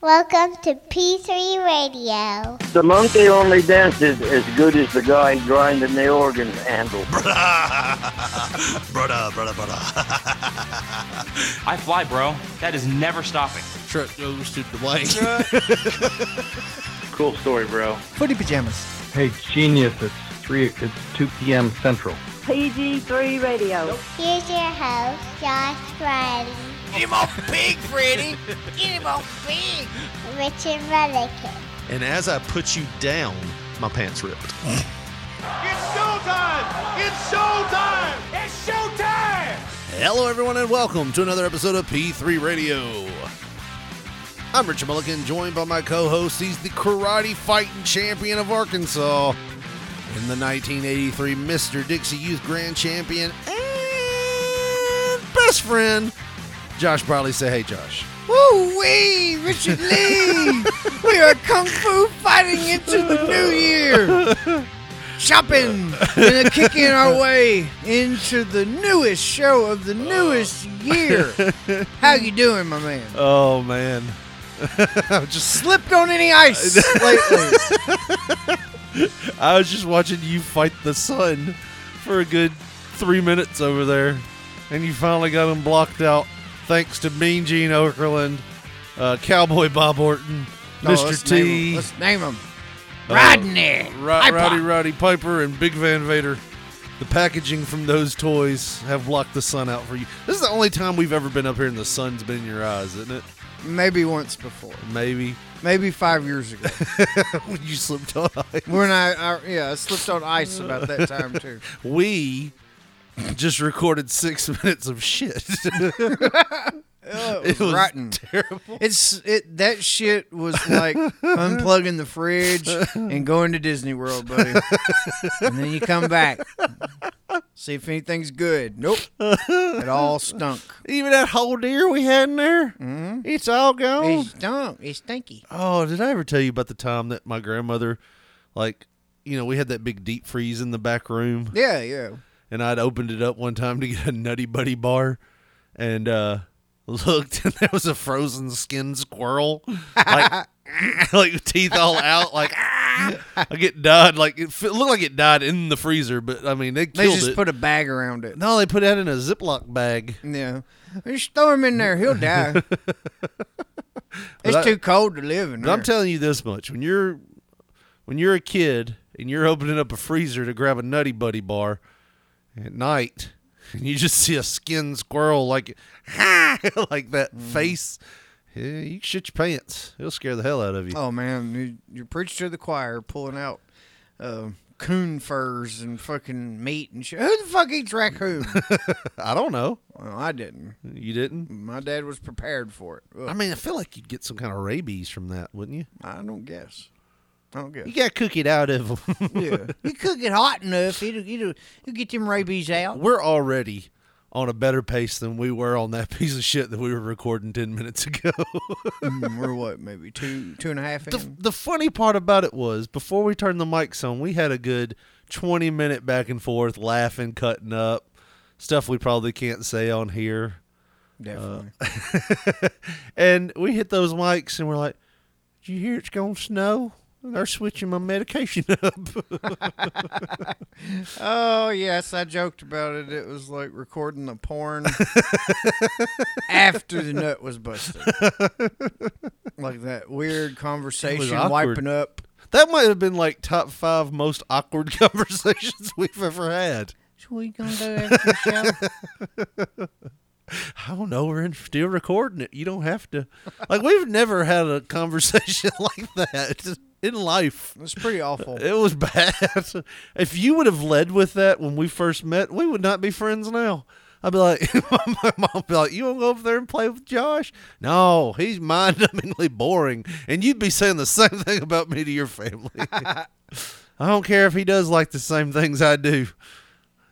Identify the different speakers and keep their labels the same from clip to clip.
Speaker 1: Welcome to P3 Radio.
Speaker 2: The monkey only dances as good as the guy grinding the organ handle.
Speaker 3: brother, brother, brother.
Speaker 4: I fly, bro. That is never stopping.
Speaker 5: Truck goes to the white.
Speaker 6: Cool story, bro.
Speaker 7: Footy pajamas.
Speaker 8: Hey, genius! It's three. It's two p.m. Central.
Speaker 9: PG3 Radio.
Speaker 1: Here's your host, Josh Riley,
Speaker 3: Get him off pig, Freddy. Get him off pig.
Speaker 1: Richard Mullican.
Speaker 5: and as I put you down, my pants ripped. Hello, everyone, and welcome to another episode of P3 Radio. I'm Richard Mulligan, joined by my co host. He's the karate fighting champion of Arkansas in the 1983 Mr. Dixie Youth Grand Champion and best friend, Josh Briley. Say, hey, Josh.
Speaker 7: Woo wee, Richard Lee! we are kung fu fighting into the new year. Shopping and kicking our way into the newest show of the newest year. How you doing, my man?
Speaker 5: Oh, man. I'm just
Speaker 7: Slipped on any ice lately?
Speaker 5: I was just watching you fight the sun for a good three minutes over there, and you finally got him blocked out thanks to Mean Gene Okerlund, uh, Cowboy Bob Orton,
Speaker 7: No, Oh, let's
Speaker 5: Mr.
Speaker 7: name 'em.
Speaker 5: T,
Speaker 7: Let's name him.
Speaker 5: uh,
Speaker 7: Rodney.
Speaker 5: Ro-
Speaker 7: Piper.
Speaker 5: Roddy Roddy Piper, and Big Van Vader. The packaging from those toys have blocked the sun out for you. This is the only time we've ever been up here and the sun's been in your eyes, isn't it?
Speaker 7: Maybe once before.
Speaker 5: Maybe
Speaker 7: Maybe five years ago.
Speaker 5: when you slipped on ice.
Speaker 7: when I, I yeah, I slipped on ice about that time too.
Speaker 5: we just recorded six minutes of shit.
Speaker 7: It was rotten.
Speaker 5: terrible.
Speaker 7: It's it that shit was like unplugging the fridge and going to Disney World, buddy. and then you come back. See if anything's good. Nope. It all stunk. Mm-hmm.
Speaker 5: Even that whole deer we had in there, it's all gone.
Speaker 7: It stunk. It's stinky.
Speaker 5: oh, did I ever tell you about the time that my grandmother, like, you know, we had that big deep freeze in the back room,
Speaker 7: Yeah, yeah.
Speaker 5: and I'd opened it up one time to get a Nutty Buddy bar, and uh looked, and there was a frozen skin squirrel, like, like teeth all out, like. I get died like it f- looked like it died in the freezer, but I mean they
Speaker 7: They
Speaker 5: killed
Speaker 7: just
Speaker 5: it.
Speaker 7: put a bag around it.
Speaker 5: no, they put that in a Ziploc bag.
Speaker 7: Yeah. Just throw him in there. He'll die. it's
Speaker 5: I-
Speaker 7: too cold to live in
Speaker 5: But
Speaker 7: there.
Speaker 5: I'm telling you this much: when you're when you're a kid and you're opening up a freezer to grab a Nutty Buddy bar at night, and you just see a skinned squirrel like like that
Speaker 7: Mm-hmm.
Speaker 5: face, yeah, you shit your pants. It'll scare the hell out of you.
Speaker 7: Oh man, you, you preach to the choir, pulling out uh, coon furs and fucking meat and shit. Who the fuck eats raccoon?
Speaker 5: I don't know.
Speaker 7: well, I didn't.
Speaker 5: You didn't.
Speaker 7: My dad was prepared for it. Ugh,
Speaker 5: I mean, I feel like you'd get some kind of rabies from that, wouldn't you?
Speaker 7: I don't guess. I don't guess.
Speaker 5: You got cookied out of them.
Speaker 7: Yeah. you cook it hot enough, it'll, it'll, it'll get them rabies out.
Speaker 5: We're already on a better pace than we were on that piece of shit that we were recording ten minutes ago.
Speaker 7: Mm, We're what, maybe two, two and a half
Speaker 5: the,
Speaker 7: in?
Speaker 5: the funny part about it was before we turned the mics on, we had a good 20 minute back and forth, laughing, cutting up, stuff we probably can't say on here. Uh,
Speaker 7: Definitely.
Speaker 5: And we hit those mics and we're like, Did you hear it's going to snow? They're switching my medication up.
Speaker 7: Oh yes, I joked about it. It was like recording the porn after the nut was busted. like that weird conversation
Speaker 5: awkward.
Speaker 7: wiping up.
Speaker 5: that might have been like top five most awkward conversations we've ever had.
Speaker 7: So we gonna do after the show?
Speaker 5: I don't know. We're in, still recording it. You don't have to. Like, we've never had a conversation like that in life.
Speaker 7: It's pretty awful.
Speaker 5: It was bad. if you would have led with that when we first met, we would not be friends now. I'd be like, my mom would be like, you want to go over there and play with Josh? No, he's mind-numbingly boring. And you'd be saying the same thing about me to your family. I don't care if he does like the same things I do.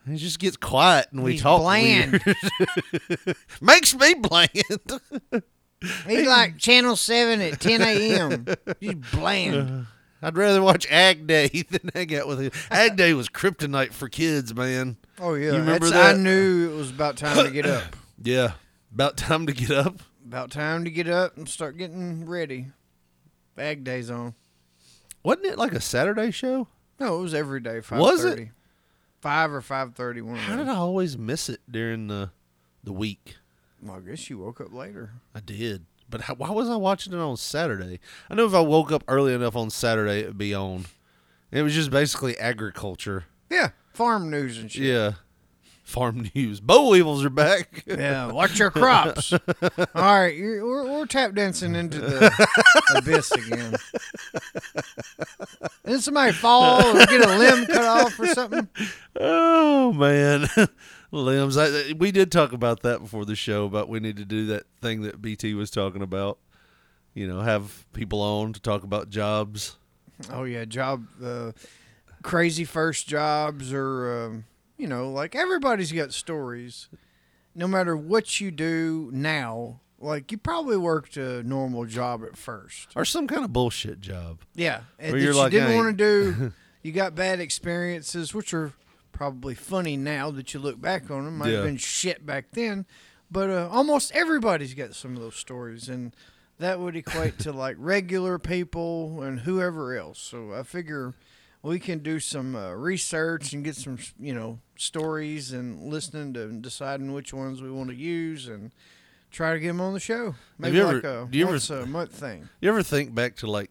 Speaker 5: He just gets quiet and we
Speaker 7: He's
Speaker 5: talk
Speaker 7: bland.
Speaker 5: weird. Makes me bland.
Speaker 7: He's like Channel Seven at 10 a.m. He's bland.
Speaker 5: Uh, I'd rather watch Ag Day than hang out with him. Ag Day was kryptonite for kids, man.
Speaker 7: Oh yeah,
Speaker 5: You remember
Speaker 7: That's- I
Speaker 5: that?
Speaker 7: knew it was about time to get up.
Speaker 5: Yeah. About time to get up.
Speaker 7: About time to get up and start getting ready. Bag days on.
Speaker 5: Wasn't it like a Saturday show?
Speaker 7: No, it was every day. Five
Speaker 5: Was it?
Speaker 7: Five or five thirty one.
Speaker 5: How did I always miss it during the the week?
Speaker 7: Well, I guess you woke up later.
Speaker 5: I did. But how, why was I watching it on Saturday? I know if I woke up early enough on Saturday, it'd be on. It was just basically agriculture.
Speaker 7: Yeah, farm news and shit.
Speaker 5: Yeah. Farm news. Boll evils are back.
Speaker 7: Yeah, Oh, watch your crops. All right, you're, we're, we're tap dancing into the abyss again. Didn't somebody fall or get a limb cut off or something?
Speaker 5: Oh man, limbs. I, we did talk about that before the show, but we need to do that thing that BT was talking about. You know, have people on to talk about jobs.
Speaker 7: Oh yeah, job uh, crazy first jobs or um, you know, like everybody's got stories. No matter what you do now, like you probably worked a normal job at first.
Speaker 5: or some kind of bullshit job.
Speaker 7: Yeah, and
Speaker 5: Or
Speaker 7: that
Speaker 5: you're
Speaker 7: you
Speaker 5: like,
Speaker 7: didn't
Speaker 5: "Hey."
Speaker 7: want to do. You got bad experiences, which are probably funny now that you look back on them. Might
Speaker 5: Yeah.
Speaker 7: have been shit back then, but uh, almost everybody's got some of those stories, and that would equate to like regular people and whoever else. So I figure we can do some uh, research and get some, you know, stories and listening to and deciding which ones we want to use and. Try to get them on the show. Maybe
Speaker 5: you
Speaker 7: like
Speaker 5: ever-
Speaker 7: a
Speaker 5: do you ever-
Speaker 7: once a month thing.
Speaker 5: You ever think back to like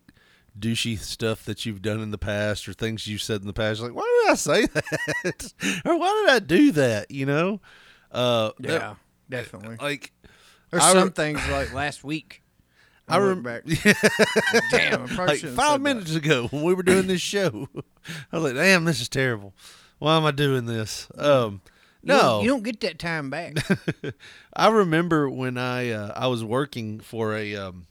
Speaker 5: douchey stuff that you've done in the past or things you've said in the past? Like, why did I say that? or why did I do that? You know? Uh, that-
Speaker 7: definitely.
Speaker 5: like,
Speaker 7: There's
Speaker 5: I re-
Speaker 7: some things like last week.
Speaker 5: I
Speaker 7: look
Speaker 5: rem-
Speaker 7: back. Damn, I probably
Speaker 5: like
Speaker 7: shouldn't have
Speaker 5: five
Speaker 7: said that.
Speaker 5: minutes ago when we were doing this show, I was like, damn, this is terrible. Why am I doing this? Um,
Speaker 7: You don't-
Speaker 5: no,
Speaker 7: you don't get that time back.
Speaker 5: I remember when I uh, I was working for a um,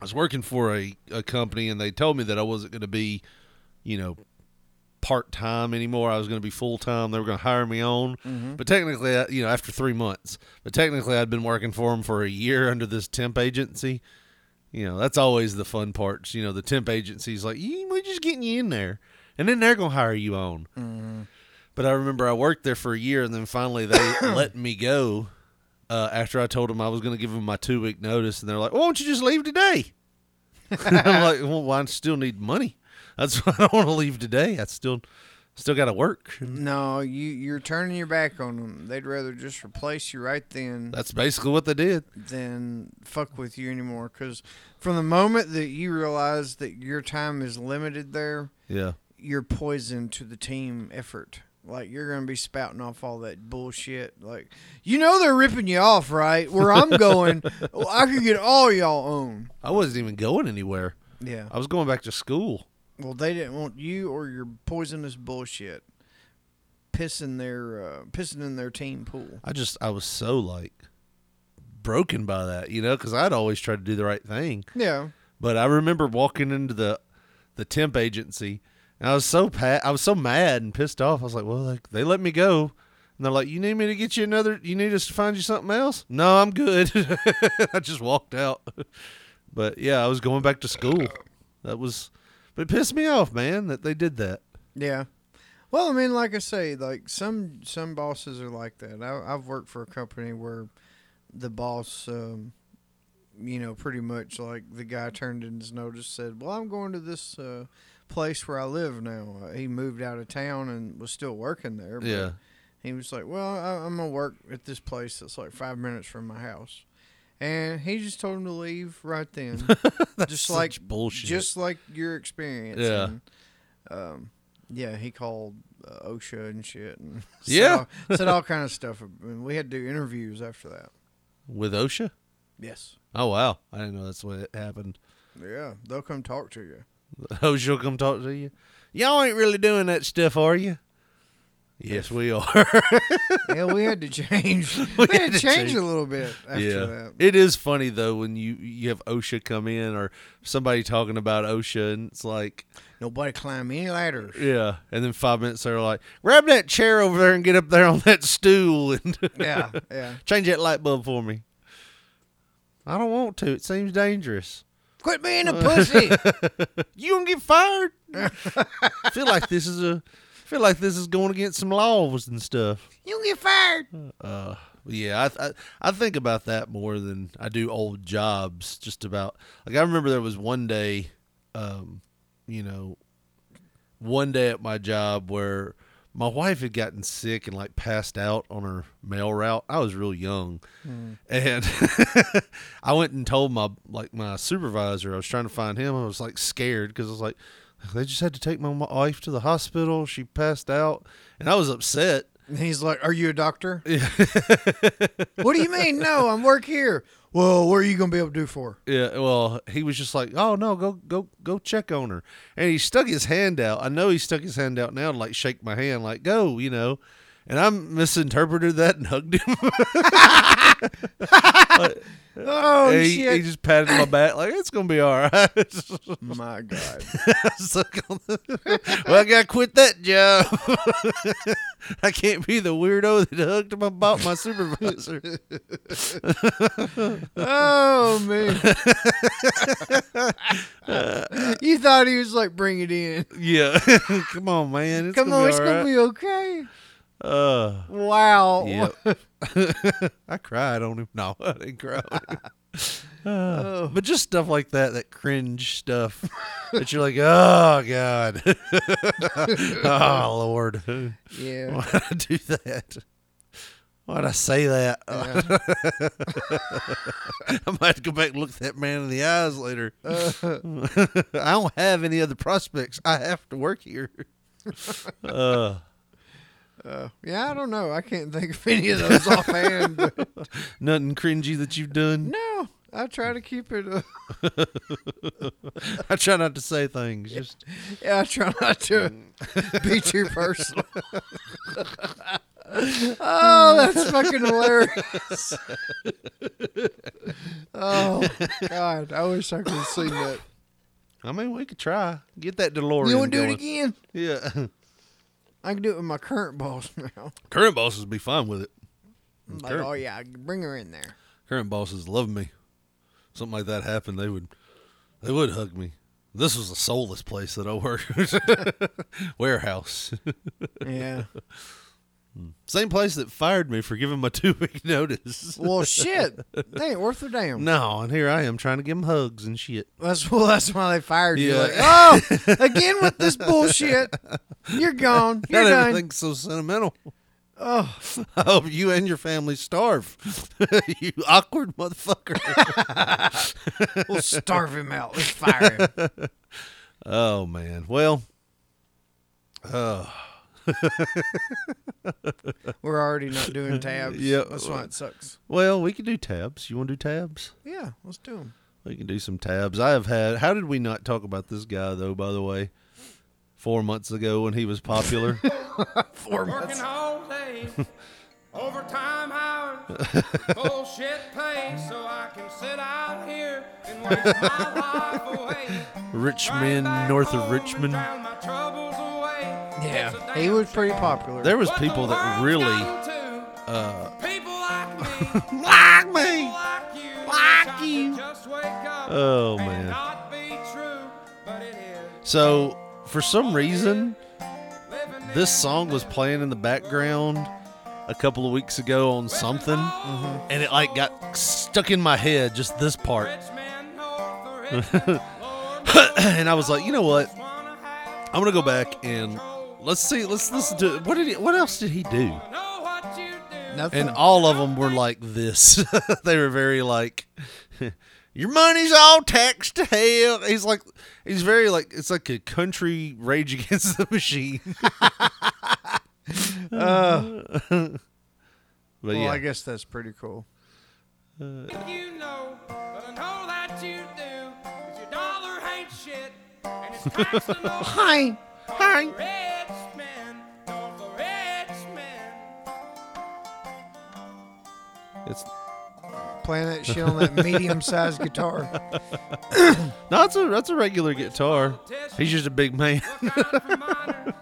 Speaker 5: I was working for a, a company and they told me that I wasn't going to be, you know, part time anymore. I was going to be full time. They were going to hire me on, but technically, I- you know, after three months, but technically, I'd been working for them for a year under this temp agency. You know, that's always the fun parts. You know, the temp agency's like, "You- we're just getting you in there, and then they're going to hire you on.
Speaker 7: Mm-hmm.
Speaker 5: But I remember I worked there for a year, and then finally they let me go uh, after I told them I was going to give them my two week notice, and they're like, "Why don't you just leave today?" I'm like, "Well, why I still need money. That's why I don't want to leave today. I still, still got to work."
Speaker 7: no, you you're turning your back on them. They'd rather just replace you right then
Speaker 5: That's basically what they did.
Speaker 7: than fuck with you anymore. Because from the moment that you realize that your time is limited there,
Speaker 5: Yeah,
Speaker 7: you're poison to the team effort. Like you're gonna be spouting off all that bullshit. Like you know they're ripping you off, right? Where I'm going, well, I could get all y'all own.
Speaker 5: I wasn't even going anywhere.
Speaker 7: Yeah.
Speaker 5: I was going back to school.
Speaker 7: Well, they didn't want you or your poisonous bullshit pissing their uh, pissing in their team pool.
Speaker 5: I just, I was so like broken by that, you know, because I'd always tried to do the right thing.
Speaker 7: Yeah.
Speaker 5: But I remember walking into the the temp agency, and I was so pa- I was so mad and pissed off. I was like, "Well, like, they let me go." And they're like, "You need me to get you another? You need us to find you something else?" No, I'm good. I just walked out. But yeah, I was going back to school. That was, but it pissed me off, man, that they did that.
Speaker 7: Yeah. Well, I mean, like I say, like some some bosses are like that. I, I've worked for a company where the boss, um, you know, pretty much like the guy turned in his notice, said, "Well, I'm going to this uh, place where I live now." Uh, he moved out of town and was still working there. but
Speaker 5: Yeah.
Speaker 7: He was like, "Well, I, I'm gonna work at this place that's like five minutes from my house," and he just told him to leave right then, just like
Speaker 5: bullshit.
Speaker 7: just like your experience.
Speaker 5: Yeah.
Speaker 7: And, um, yeah, he called uh, OSHA and shit, and said
Speaker 5: Yeah.
Speaker 7: all, said all kind of stuff. And we had to do interviews after that.
Speaker 5: with OSHA.
Speaker 7: Yes.
Speaker 5: Oh wow, I didn't know that's what happened.
Speaker 7: Yeah, they'll come talk to you.
Speaker 5: OSHA will Oh, come talk to you. Y'all ain't really doing that stuff, are you? Yes, we are.
Speaker 7: yeah, we had to change. we, had to change a little bit after that.
Speaker 5: It is funny though when you you have OSHA come in or somebody talking about OSHA and it's like
Speaker 7: Nobody climb any ladders.
Speaker 5: yeah, and then five minutes they're like grab that chair over there and get up there on that stool and
Speaker 7: yeah, yeah.
Speaker 5: change that light bulb for me. I don't want to. It seems dangerous. Uh,
Speaker 7: Quit being a pussy.
Speaker 5: You gonna get fired? I feel like this is a I feel like this is going against some laws and stuff.
Speaker 7: You get fired.
Speaker 5: Uh, but Yeah, I, th- I I think about that more than I do old jobs. Just about like I remember there was one day, um, you know, one day at my job where my wife had gotten sick and like passed out on her mail route. I was real young, and I went and told my like my supervisor. I was trying to find him. I was like scared because I was like, they just had to take my wife to the hospital. She passed out, and I was upset.
Speaker 7: And he's like, Are you a doctor? what do you mean? No, I'm work here. Well, what are you going to be able to do for? her?
Speaker 5: Yeah, well, he was just like, "Oh no, go go go check on her," and he stuck his hand out. I know he stuck his hand out now to like shake my hand, like go, you know. And I misinterpreted that and hugged him.
Speaker 7: Oh,
Speaker 5: And he,
Speaker 7: shit.
Speaker 5: he just patted my back like it's gonna be all right. I
Speaker 7: My God.
Speaker 5: was like, well, I gotta quit that job. I can't be the weirdo that hugged my about my supervisor.
Speaker 7: Oh, man. you thought he was like, Bring it in.
Speaker 5: yeah, come on, man. It's
Speaker 7: Come
Speaker 5: gonna
Speaker 7: on,
Speaker 5: be
Speaker 7: it's
Speaker 5: all
Speaker 7: going
Speaker 5: right.
Speaker 7: to be okay.
Speaker 5: Uh,
Speaker 7: Wow.
Speaker 5: Yep. I cried on him. No, I didn't cry. On him. Uh,
Speaker 7: Oh.
Speaker 5: But just stuff like that, that cringe stuff that you're like, oh god, oh lord, why
Speaker 7: Yeah.
Speaker 5: would I do that? Why'd I say that? I might have to go back and look that man in the eyes later.
Speaker 7: Uh.
Speaker 5: I don't have any other prospects. I have to work here. uh,
Speaker 7: Uh. Yeah, I don't know. I can't think of any of those offhand. but-
Speaker 5: nothing cringy that you've done.
Speaker 7: no, I try to keep it. Uh,
Speaker 5: I try not to say things. Just
Speaker 7: yeah, I try not to be too personal. oh, that's fucking hilarious. oh, God. I wish I could have seen that.
Speaker 5: I mean, we could try. Get that DeLorean.
Speaker 7: You want to do it
Speaker 5: going.
Speaker 7: again?
Speaker 5: Yeah.
Speaker 7: I can do it with my current boss now.
Speaker 5: Current bosses be fine with it.
Speaker 7: I'm like,
Speaker 5: Current-
Speaker 7: oh, yeah, bring her in there.
Speaker 5: Current bosses love me. Something like that happened, they would, they would hug me. This was a soulless place that I worked. Warehouse.
Speaker 7: Yeah.
Speaker 5: Same place that fired me for giving my two week notice.
Speaker 7: Well, shit. They ain't worth a damn.
Speaker 5: No, and here I am trying to give them hugs and shit.
Speaker 7: That's well. That's why they fired you.
Speaker 5: Yeah.
Speaker 7: Like, oh, again with this bullshit. You're gone. You're
Speaker 5: Not
Speaker 7: done.
Speaker 5: everything's so sentimental. Oh, I hope you and your family starve. you awkward motherfucker.
Speaker 7: We'll starve him out. Let's fire him.
Speaker 5: Oh man. Well, uh.
Speaker 7: We're already not doing tabs.
Speaker 5: Yeah.
Speaker 7: That's why it sucks.
Speaker 5: well, we could do tabs. You want to do tabs?
Speaker 7: Yeah. Let's do them.
Speaker 5: We can do some tabs. I have had. How did we not talk about this guy though? By the way, four months ago when he was popular,
Speaker 7: Four months.
Speaker 6: all day, overtime hours, bullshit pay, so I can sit out here and waste my life away.
Speaker 5: rich
Speaker 6: Right
Speaker 5: men
Speaker 6: back
Speaker 5: north of
Speaker 6: home and
Speaker 5: Richmond.
Speaker 6: drown my troubles away. It's a
Speaker 7: Yeah. He
Speaker 6: damn
Speaker 7: was pretty
Speaker 6: shame
Speaker 7: popular.
Speaker 5: There was
Speaker 6: what the
Speaker 5: people that
Speaker 6: world's
Speaker 5: really
Speaker 6: gotten to.
Speaker 5: uh,
Speaker 6: people like me,
Speaker 5: like me.
Speaker 6: people like you,
Speaker 5: Like
Speaker 6: wish I could
Speaker 5: you.
Speaker 6: just wake up
Speaker 5: Oh,
Speaker 6: and it
Speaker 5: man.
Speaker 6: not be true, but it is.
Speaker 5: So for some reason,
Speaker 6: Living in
Speaker 5: this song was playing in the background a couple of weeks ago on something, and it like got stuck in my head. Just this part,
Speaker 6: rich men north of Richmond, Lord
Speaker 5: and I was like, you know what?
Speaker 6: wanna have
Speaker 5: I'm gonna go back and let's see. Let's listen to what did he, what else did he do?
Speaker 6: know what you do.
Speaker 7: Nothing.
Speaker 5: And all of them were like this. they were very like, your money's all taxed to hell. He's like, he's very like, it's like a country Rage Against the Machine. Uh. but
Speaker 7: well,
Speaker 5: yeah,
Speaker 7: I guess that's pretty cool.
Speaker 3: Uh,
Speaker 6: You know, but I know that you do. 'cause your dollar ain't shit, and it's taxed the most
Speaker 7: Hi.
Speaker 6: for rich men, no, for rich men.
Speaker 5: it's
Speaker 7: Playing that shit on that medium-sized guitar.
Speaker 5: no, it's a that's a regular guitar. He's just a big man.
Speaker 6: Look out for miners,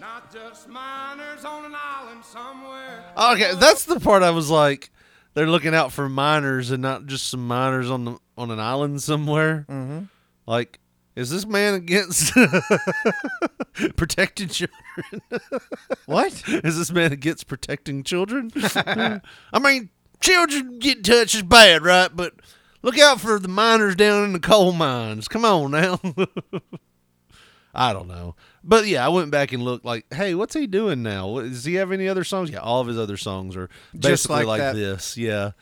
Speaker 6: not just miners on an island somewhere.
Speaker 5: Okay, that's the part I was like, they're looking out for miners and not just some miners on the on an island somewhere. Mm-hmm. Like, Is this man against protecting children?
Speaker 7: What?
Speaker 5: Is this man against protecting children? I mean, children getting touched is bad, right? But look out for the miners down in the coal mines. Come on now. I don't know. But yeah, I went back and looked like, hey, what's he doing now? What- Does he have any other songs? Yeah, all of his other songs are basically
Speaker 7: Just like
Speaker 5: like
Speaker 7: that.
Speaker 5: this. Yeah.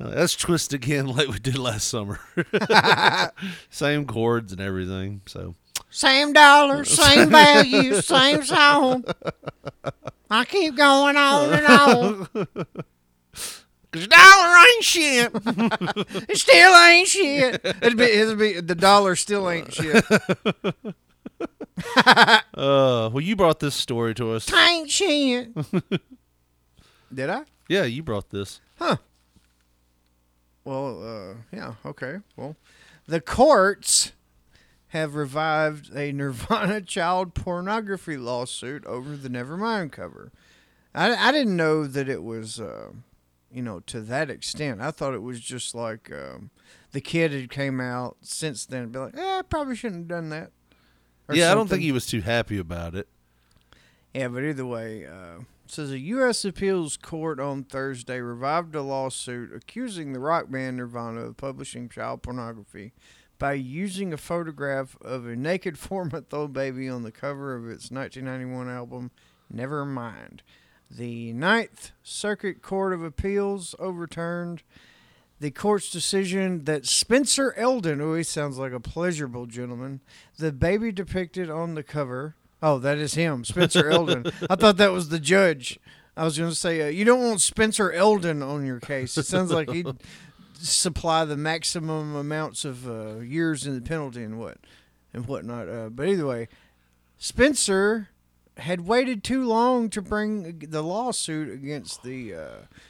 Speaker 5: Uh, That's twist again like we did last summer. Same chords and everything. So
Speaker 7: Same dollar, same value, same song. I keep going on and on.
Speaker 5: Cause dollar ain't shit.
Speaker 7: It still ain't shit. It'd be, it'd be the dollar still ain't shit.
Speaker 5: uh, well, you brought this story to us.
Speaker 7: Ain't shit. Did I?
Speaker 5: Yeah, you brought this.
Speaker 7: Well, uh, yeah, okay. Well, the courts have revived a Nirvana child pornography lawsuit over the Nevermind cover. I, I didn't know that it was, uh, you know, to that extent. I thought it was just like um, the kid had came out since then and be like, eh, I probably shouldn't have done that. or
Speaker 5: yeah, I don't
Speaker 7: something.
Speaker 5: think he was too happy about it.
Speaker 7: Yeah, but either way, uh, says a U.S. appeals court on Thursday revived a lawsuit accusing the rock band Nirvana of publishing child pornography by using a photograph of a naked four-month-old baby on the cover of its 1991 album Nevermind. The Ninth Circuit Court of Appeals overturned the court's decision that Spencer Eldon, who he sounds like a pleasurable gentleman, the baby depicted on the cover. Oh, that is him, Spencer Eldon. I thought that was the judge. I was going to say, uh, you don't want Spencer Eldon on your case. It sounds like he'd supply the maximum amounts of uh, years in the penalty and what and whatnot. Uh, but either way, Spencer had waited too long to bring the lawsuit against the uh,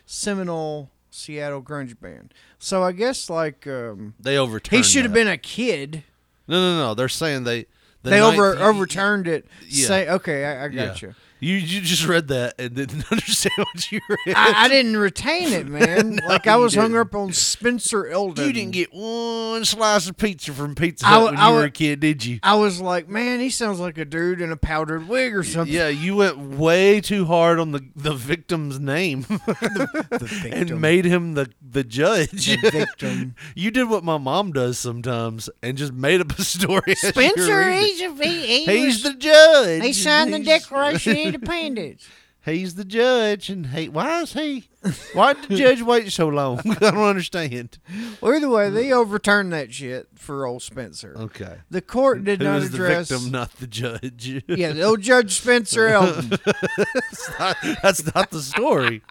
Speaker 7: Seminole Seattle grunge band. So I guess like um,
Speaker 5: They overturned.
Speaker 7: he should have
Speaker 5: that.
Speaker 7: been a kid.
Speaker 5: No, no, no. They're saying they the
Speaker 7: they over
Speaker 5: ninth-
Speaker 7: overturned it.
Speaker 5: Yeah.
Speaker 7: Say okay, I, I got
Speaker 5: Yeah.
Speaker 7: you.
Speaker 5: You you just read that and didn't understand what you read.
Speaker 7: I, I didn't retain it, man. like I
Speaker 5: you
Speaker 7: was hung
Speaker 5: didn't.
Speaker 7: up on Spencer Eldon.
Speaker 5: you didn't get one slice of pizza from Pizza
Speaker 7: I
Speaker 5: Hut
Speaker 7: w-
Speaker 5: when
Speaker 7: I
Speaker 5: you were
Speaker 7: w-
Speaker 5: a kid, did you?
Speaker 7: I was like, man, he sounds like a dude in a powdered wig or something.
Speaker 5: Yeah, you went way too hard on the the victim's name
Speaker 7: The victim.
Speaker 5: and made him the the judge.
Speaker 7: The victim.
Speaker 5: you did what my mom does sometimes and just made up a story. as you were
Speaker 7: Spencer,
Speaker 5: reading it.
Speaker 7: he's a he, he
Speaker 5: He's
Speaker 7: was-
Speaker 5: the judge.
Speaker 7: he signed the
Speaker 5: He's-
Speaker 7: Declaration of Independence.
Speaker 5: He's the judge, and he. Why is he? Why did the judge wait so long? I don't understand.
Speaker 7: Well, either way, they overturned that shit for old Spencer.
Speaker 5: Okay.
Speaker 7: The court did
Speaker 5: Who
Speaker 7: not
Speaker 5: is the
Speaker 7: address.
Speaker 5: victim, not the judge?
Speaker 7: yeah, the old Judge Spencer Elton.
Speaker 5: That's not the story.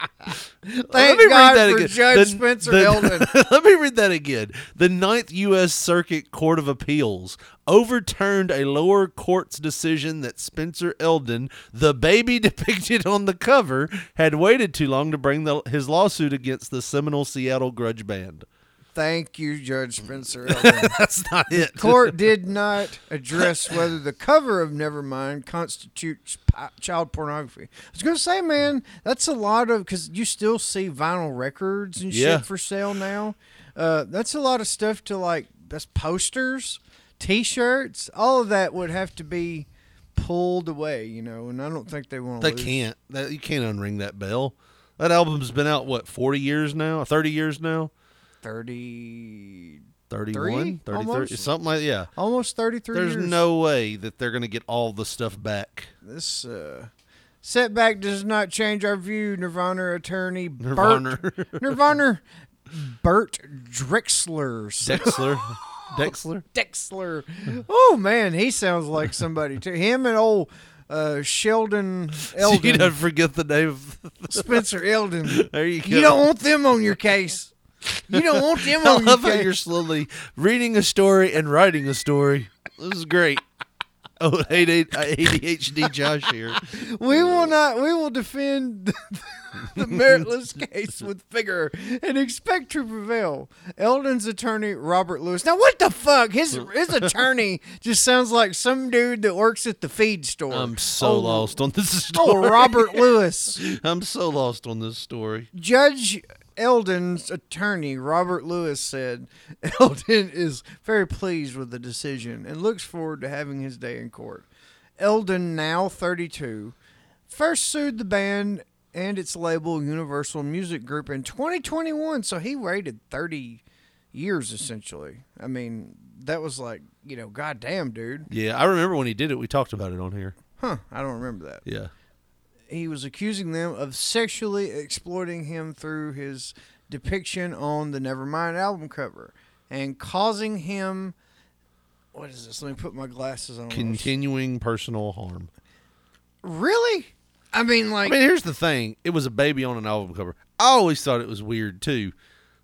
Speaker 7: Thank God for Judge Spencer Eldon.
Speaker 5: let me read that again. The Ninth U.S. Circuit Court of Appeals overturned a lower court's decision that Spencer Eldon, the baby depicted on the cover, had waited too long to bring the, his lawsuit against the Seminole Seattle Grudge Band.
Speaker 7: Thank you, Judge Spencer Elton.
Speaker 5: That's not it.
Speaker 7: court did not address whether the cover of Nevermind constitutes p- child pornography. I was gonna say, man, that's a lot of because you still see vinyl records and
Speaker 5: Yeah.
Speaker 7: shit for sale now. Uh, that's a lot of stuff to like. That's posters, T-shirts, all of that would have to be pulled away, you know. And I don't think they want.
Speaker 5: They can't. That, you can't unring that bell. That album's been out what forty years now, thirty years now,
Speaker 7: Thirty,
Speaker 5: 31, 33,
Speaker 7: Almost.
Speaker 5: something like yeah.
Speaker 7: almost thirty-three.
Speaker 5: There's
Speaker 7: years.
Speaker 5: no way that they're gonna get all the stuff back.
Speaker 7: This uh, setback does not change our view, Nirvana attorney Bert
Speaker 5: Nirvana.
Speaker 7: Nirvana Bert Drexler. said-
Speaker 5: Dexler, Dexler.
Speaker 7: Drexler. Oh man, he sounds like somebody too. Him and old uh, Sheldon
Speaker 5: Elden. You don't
Speaker 7: Eldon,
Speaker 5: forget the name. Of
Speaker 7: Spencer Eldon.
Speaker 5: there you go.
Speaker 7: You don't want them on your case. You don't want them
Speaker 5: I
Speaker 7: on your
Speaker 5: love how you're
Speaker 7: case.
Speaker 5: slowly reading a story and writing a story. This is great. Oh, ADHD Josh here.
Speaker 7: We will not. We will defend the, the meritless case with vigor and expect to prevail. Eldon's attorney, Robert Lewis. Now, what the fuck? His his attorney just sounds like some dude that works at the feed store.
Speaker 3: Um,
Speaker 5: I'm so
Speaker 7: Oh,
Speaker 5: lost on this story.
Speaker 7: Oh, Robert Lewis,
Speaker 5: I'm so lost on this story.
Speaker 7: Judge Eldon's attorney, Robert Lewis, said Eldon is very pleased with the decision and looks forward to having his day in court. Eldon, now 32, first sued the band and its label, Universal Music Group, in 2021, so he waited 30 years essentially. I mean, that was like, you know, goddamn, dude.
Speaker 5: Yeah, I remember when he did it. We talked about it on here.
Speaker 7: Huh, I don't remember that
Speaker 5: Yeah.
Speaker 7: he was accusing them of sexually exploiting him through his depiction on the Nevermind album cover and causing him what is this? Let me put my glasses on.
Speaker 5: Continuing personal harm.
Speaker 7: really? I mean
Speaker 5: I
Speaker 7: like
Speaker 5: mean, here's the thing. It was a baby on an album cover. I always thought it was weird too.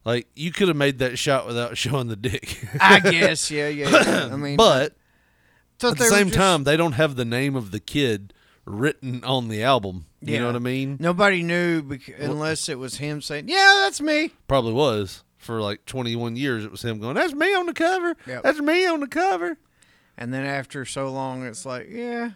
Speaker 5: Like you could have made that shot without showing the dick.
Speaker 7: I guess, yeah, yeah. yeah. I mean
Speaker 5: but
Speaker 7: thought
Speaker 5: at
Speaker 7: they
Speaker 5: the
Speaker 7: were
Speaker 5: same
Speaker 7: just-
Speaker 5: time, they don't have the name of the kid written on the album. You
Speaker 7: Yeah.
Speaker 5: know what I mean?
Speaker 7: nobody knew bec- unless it was him saying, "Yeah, that's me."
Speaker 5: Probably was for like 21 years. It was him going, "That's me on the cover.
Speaker 7: Yep.
Speaker 5: That's me on the cover."
Speaker 7: And then after so long it's like, "Yeah,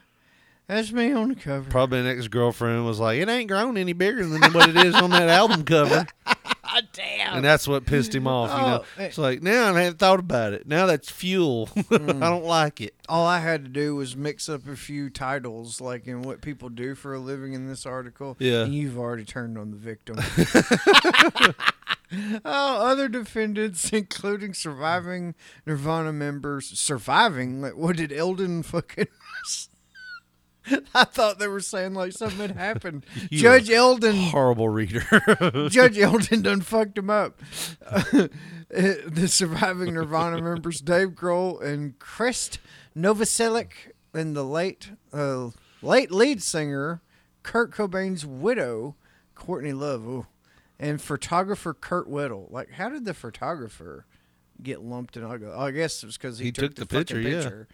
Speaker 7: that's me on the cover."
Speaker 5: Probably an ex girlfriend was like, "It ain't grown any bigger than what it is on that album cover,"
Speaker 7: Damn.
Speaker 5: and that's what pissed him off. You know,
Speaker 7: Oh, eh.
Speaker 5: it's like now I hadn't thought about it. Now that's fuel.
Speaker 7: Mm.
Speaker 5: I don't like it.
Speaker 7: All I had to do was mix up a few titles, like in what people do for a living in this article.
Speaker 5: Yeah.
Speaker 7: And you've already turned on the victim. oh, other defendants, including surviving Nirvana members. Surviving? Like, what did Eldon fucking. I thought they were saying like something had happened.
Speaker 5: You
Speaker 7: Judge Eldon
Speaker 5: Horrible reader.
Speaker 7: Judge Elton done fucked him up. the surviving Nirvana members Dave Grohl and Chris Novoselic and the late uh, late lead singer Kurt Cobain's widow Courtney Love ooh, and photographer Kurt Whittle. Like, how did the photographer get lumped in? I go, I guess it was because he,
Speaker 5: He took
Speaker 7: took, the,
Speaker 5: the
Speaker 7: fucking
Speaker 5: picture, yeah.
Speaker 7: picture.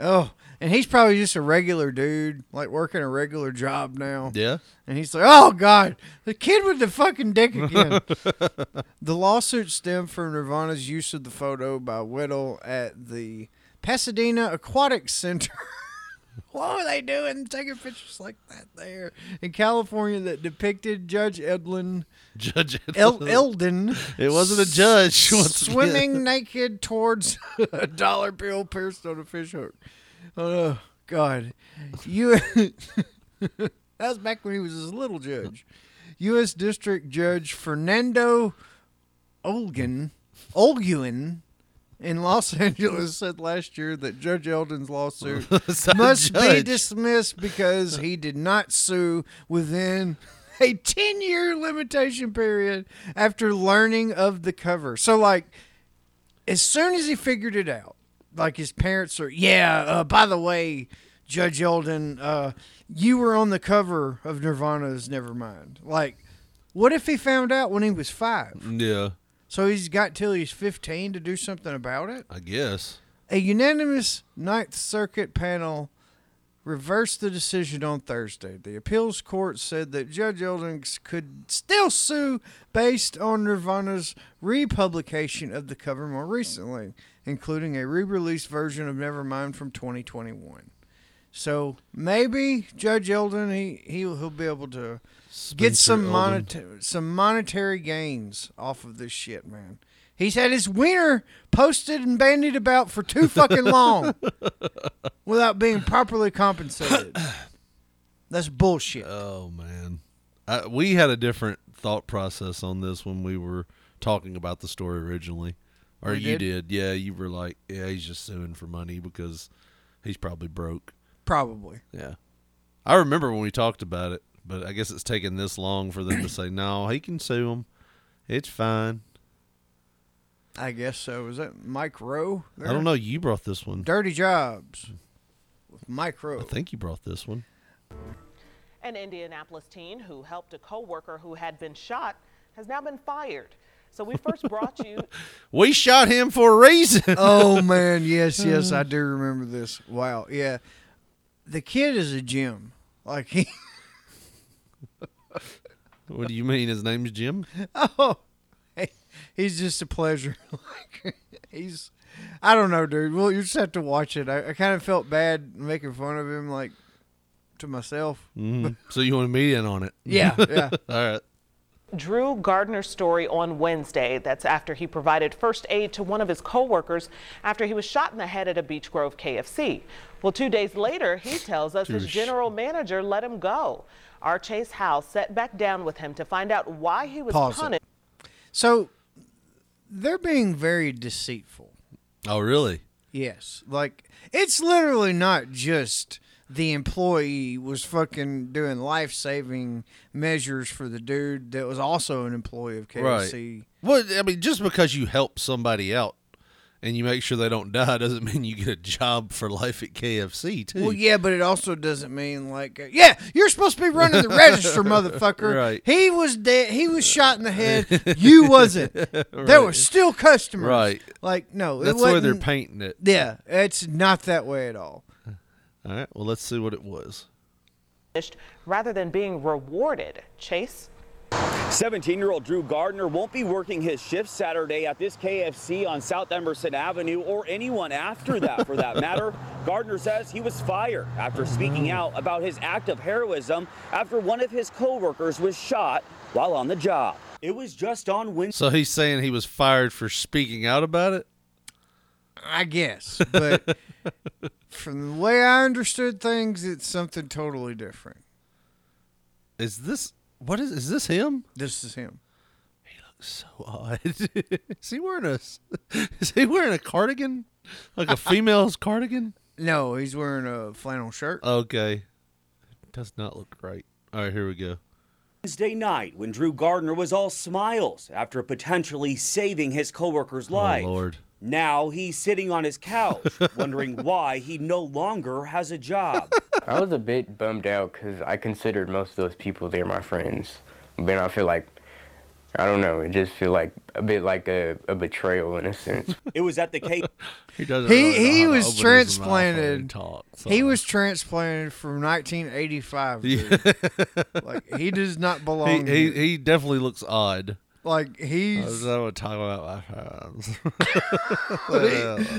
Speaker 7: Oh, and he's probably just a regular dude, like working a regular job now.
Speaker 5: yeah.
Speaker 7: And he's like, oh, God, the kid with the fucking dick again. the lawsuit stemmed from Nirvana's use of the photo by Whittle at the Pasadena Aquatic Center. what were they doing taking pictures like that there in California that depicted Judge Edlin,
Speaker 5: Judge
Speaker 7: El- Eldon
Speaker 5: It wasn't a judge. once again.
Speaker 7: swimming naked towards a dollar bill pierced on a fish hook. Oh God, you. that was back when he was his little judge, U.S. District Judge Fernando Olgan Olguin in Los Angeles said last year that Judge Eldon's lawsuit
Speaker 5: It's not a
Speaker 7: must be
Speaker 5: judge.
Speaker 7: dismissed because he did not sue within a 10 year limitation period after learning of the cover. So, like, as soon as he figured it out, like his parents are, yeah, uh, by the way, Judge Eldon, uh, you were on the cover of Nirvana's Nevermind. Like, what if he found out when he was five?
Speaker 5: Yeah,
Speaker 7: So he's got till he's 15 to do something about it?
Speaker 5: I guess.
Speaker 7: A unanimous Ninth Circuit panel reversed the decision on Thursday. The appeals court said that Judge Eldon could still sue based on Nirvana's republication of the cover more recently, including a re release version of Nevermind from 2021. So maybe Judge Eldon he he'll, he'll be able to get some monetary some monetary gains off of this shit, man. He's had his wiener posted and bandied about for too fucking long without being properly compensated. That's bullshit.
Speaker 5: Oh man, I, we had a different thought process on this when we were talking about the story originally, or
Speaker 7: We
Speaker 5: you
Speaker 7: did?
Speaker 5: did. Yeah, you were like, yeah, he's just suing for money because he's probably broke.
Speaker 7: Probably.
Speaker 5: Yeah, I remember when we talked about it, but I guess it's taken this long for them to say no. He can sue him. It's fine.
Speaker 7: I guess so. Is that Mike Rowe?
Speaker 5: I don't know. You brought this one.
Speaker 7: Dirty Jobs with Mike Rowe.
Speaker 5: I think you brought this one.
Speaker 10: An Indianapolis teen who helped a coworker who had been shot has now been fired. So we first brought you
Speaker 5: We shot him for a reason.
Speaker 7: oh man, yes, yes, I do remember this. Wow, yeah, the kid is a gem. Like he,
Speaker 5: what do you mean? His name's Jim.
Speaker 7: oh, he's just a pleasure. like he's, I don't know, dude. Well, you just have to watch it. I, I kind of felt bad making fun of him, like to myself.
Speaker 5: Mm. so Mm-hmm. you want to meet in on it?
Speaker 7: Yeah, yeah.
Speaker 5: All right.
Speaker 10: Drew Gardner's story on Wednesday. That's after he provided first aid to one of his coworkers after he was shot in the head at a Beach Grove KFC. Well, two days later, he tells us his
Speaker 5: Douche.
Speaker 10: general manager let him go. Our Chase Howe sat back down with him to find out why he was
Speaker 5: Pause it.
Speaker 10: punished.
Speaker 7: So they're being very deceitful.
Speaker 5: Oh, really?
Speaker 7: Yes. Like it's literally not just the employee was fucking doing life saving measures for the dude that was also an employee of KFC.
Speaker 5: Well, I mean, just because you help somebody out and you make sure they don't die doesn't mean you get a job for life at KFC, too.
Speaker 7: Well, yeah, but it also doesn't mean like, uh, yeah, you're supposed to be running the register, motherfucker.
Speaker 5: Right.
Speaker 7: He was dead. He was shot in the head. You wasn't. There were
Speaker 5: Right.
Speaker 7: still customers.
Speaker 5: Right.
Speaker 7: Like, no, it
Speaker 5: That's where they're
Speaker 7: wasn't-
Speaker 5: painting it.
Speaker 7: Yeah, it's not that way at all.
Speaker 5: All right. Well, let's see what it was.
Speaker 10: rather than being rewarded. Chase?
Speaker 11: 17 year old Drew Gardner won't be working his shift Saturday at this KFC on South Emerson Avenue or anyone after that for that matter. Gardner says he was fired after
Speaker 5: Mm-hmm.
Speaker 11: speaking out about his act of heroism after one of his coworkers was shot while on the job. It was just on Wednesday.
Speaker 5: So he's saying he was fired for speaking out about it?
Speaker 7: I guess, but from the way I understood things, it's something totally different.
Speaker 5: Is this what is is this him?
Speaker 7: This is him.
Speaker 5: So odd. is he wearing a is he wearing a cardigan? Like a female's cardigan?
Speaker 7: No, he's wearing a flannel shirt.
Speaker 5: Okay. Does not look right. All right, here we go.
Speaker 11: Wednesday night when Drew Gardner was all smiles after potentially saving his coworker's life.
Speaker 5: Oh, Lord.
Speaker 11: Now he's sitting on his couch wondering why he no longer has a job.
Speaker 12: I was a bit bummed out because I considered most of those people they're my friends, but then I feel like I don't know. It just feel like a bit like a, a betrayal in a sense.
Speaker 11: It was at the K.
Speaker 5: He doesn't.
Speaker 7: He
Speaker 5: really know
Speaker 7: he
Speaker 5: how to
Speaker 7: was
Speaker 5: open his mouth
Speaker 7: transplanted.
Speaker 5: and talk, so-
Speaker 7: He was transplanted from 1985. dude. like he does not
Speaker 5: He,
Speaker 7: belong.
Speaker 5: he,
Speaker 7: here.
Speaker 5: he definitely looks odd.
Speaker 7: like
Speaker 5: I
Speaker 7: he's
Speaker 5: was not talk about my friends.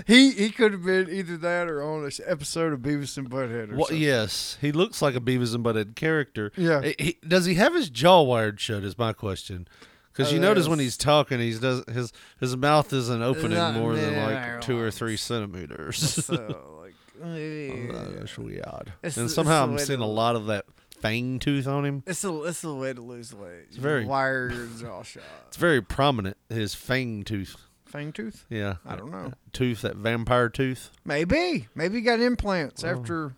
Speaker 7: he he could have been either that or on this episode of Beavis and Butthead. Or
Speaker 5: Well,
Speaker 7: something.
Speaker 5: yes, he looks like a Beavis and Butthead character.
Speaker 7: Yeah.
Speaker 5: He- he- does he have his jaw wired shut? Is my question. Because
Speaker 7: Oh,
Speaker 5: you notice
Speaker 7: yes.
Speaker 5: when he's talking, he's does his his mouth isn't opening
Speaker 7: Not
Speaker 5: more than
Speaker 7: there
Speaker 5: like two or three centimeters. Oh,
Speaker 7: So like, eh,
Speaker 5: That's really odd.
Speaker 7: It's-
Speaker 5: and
Speaker 7: it's
Speaker 5: somehow
Speaker 7: the
Speaker 5: I'm
Speaker 7: way
Speaker 5: seeing
Speaker 7: to-
Speaker 5: a lot of that fang tooth on him.
Speaker 7: it's a it's a way to lose weight. It's
Speaker 5: very-
Speaker 7: wires all shot.
Speaker 5: It's very prominent. His fang tooth.
Speaker 7: Fang tooth?
Speaker 5: Yeah.
Speaker 7: I don't know.
Speaker 5: Tooth, that vampire tooth.
Speaker 7: Maybe maybe he got
Speaker 5: Oh.
Speaker 7: implants after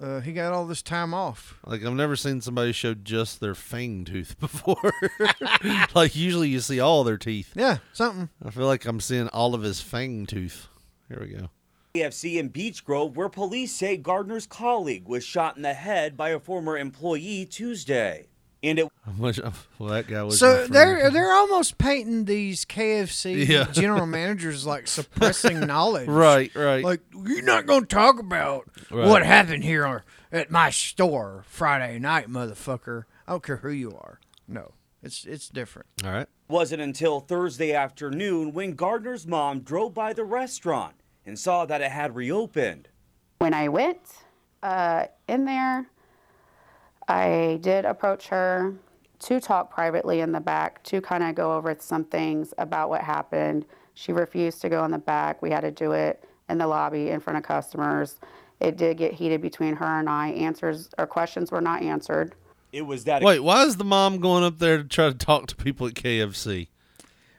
Speaker 7: uh, he got all this time off.
Speaker 5: Like I've never seen somebody show just their fang tooth before. like usually you see all their teeth.
Speaker 7: Yeah, something.
Speaker 5: I feel like I'm seeing all of his fang tooth. Here we go.
Speaker 11: KFC in Beach Grove, where police say Gardner's colleague was shot in the head by a former employee Tuesday. And it
Speaker 5: I'm wish- I'm- well, that guy was. my
Speaker 7: So
Speaker 5: friend.
Speaker 7: they're they're almost painting these KFC
Speaker 5: Yeah.
Speaker 7: general managers like suppressing knowledge.
Speaker 5: right, right.
Speaker 7: Like you're not gonna talk about
Speaker 5: Right.
Speaker 7: what happened here at my store Friday night, motherfucker. I don't care who you are. No, it's it's different.
Speaker 5: all right.
Speaker 11: wasn't until Thursday afternoon when Gardner's mom drove by the restaurant and saw that it had reopened.
Speaker 13: when I went uh, in there, I did approach her to talk privately in the back to kind of go over some things about what happened. She refused to go in the back. We had to do it in the lobby in front of customers. It did get heated between her and I. Answers or questions were not answered.
Speaker 11: It was that
Speaker 5: Wait, why is the mom going up there to try to talk to people at KFC?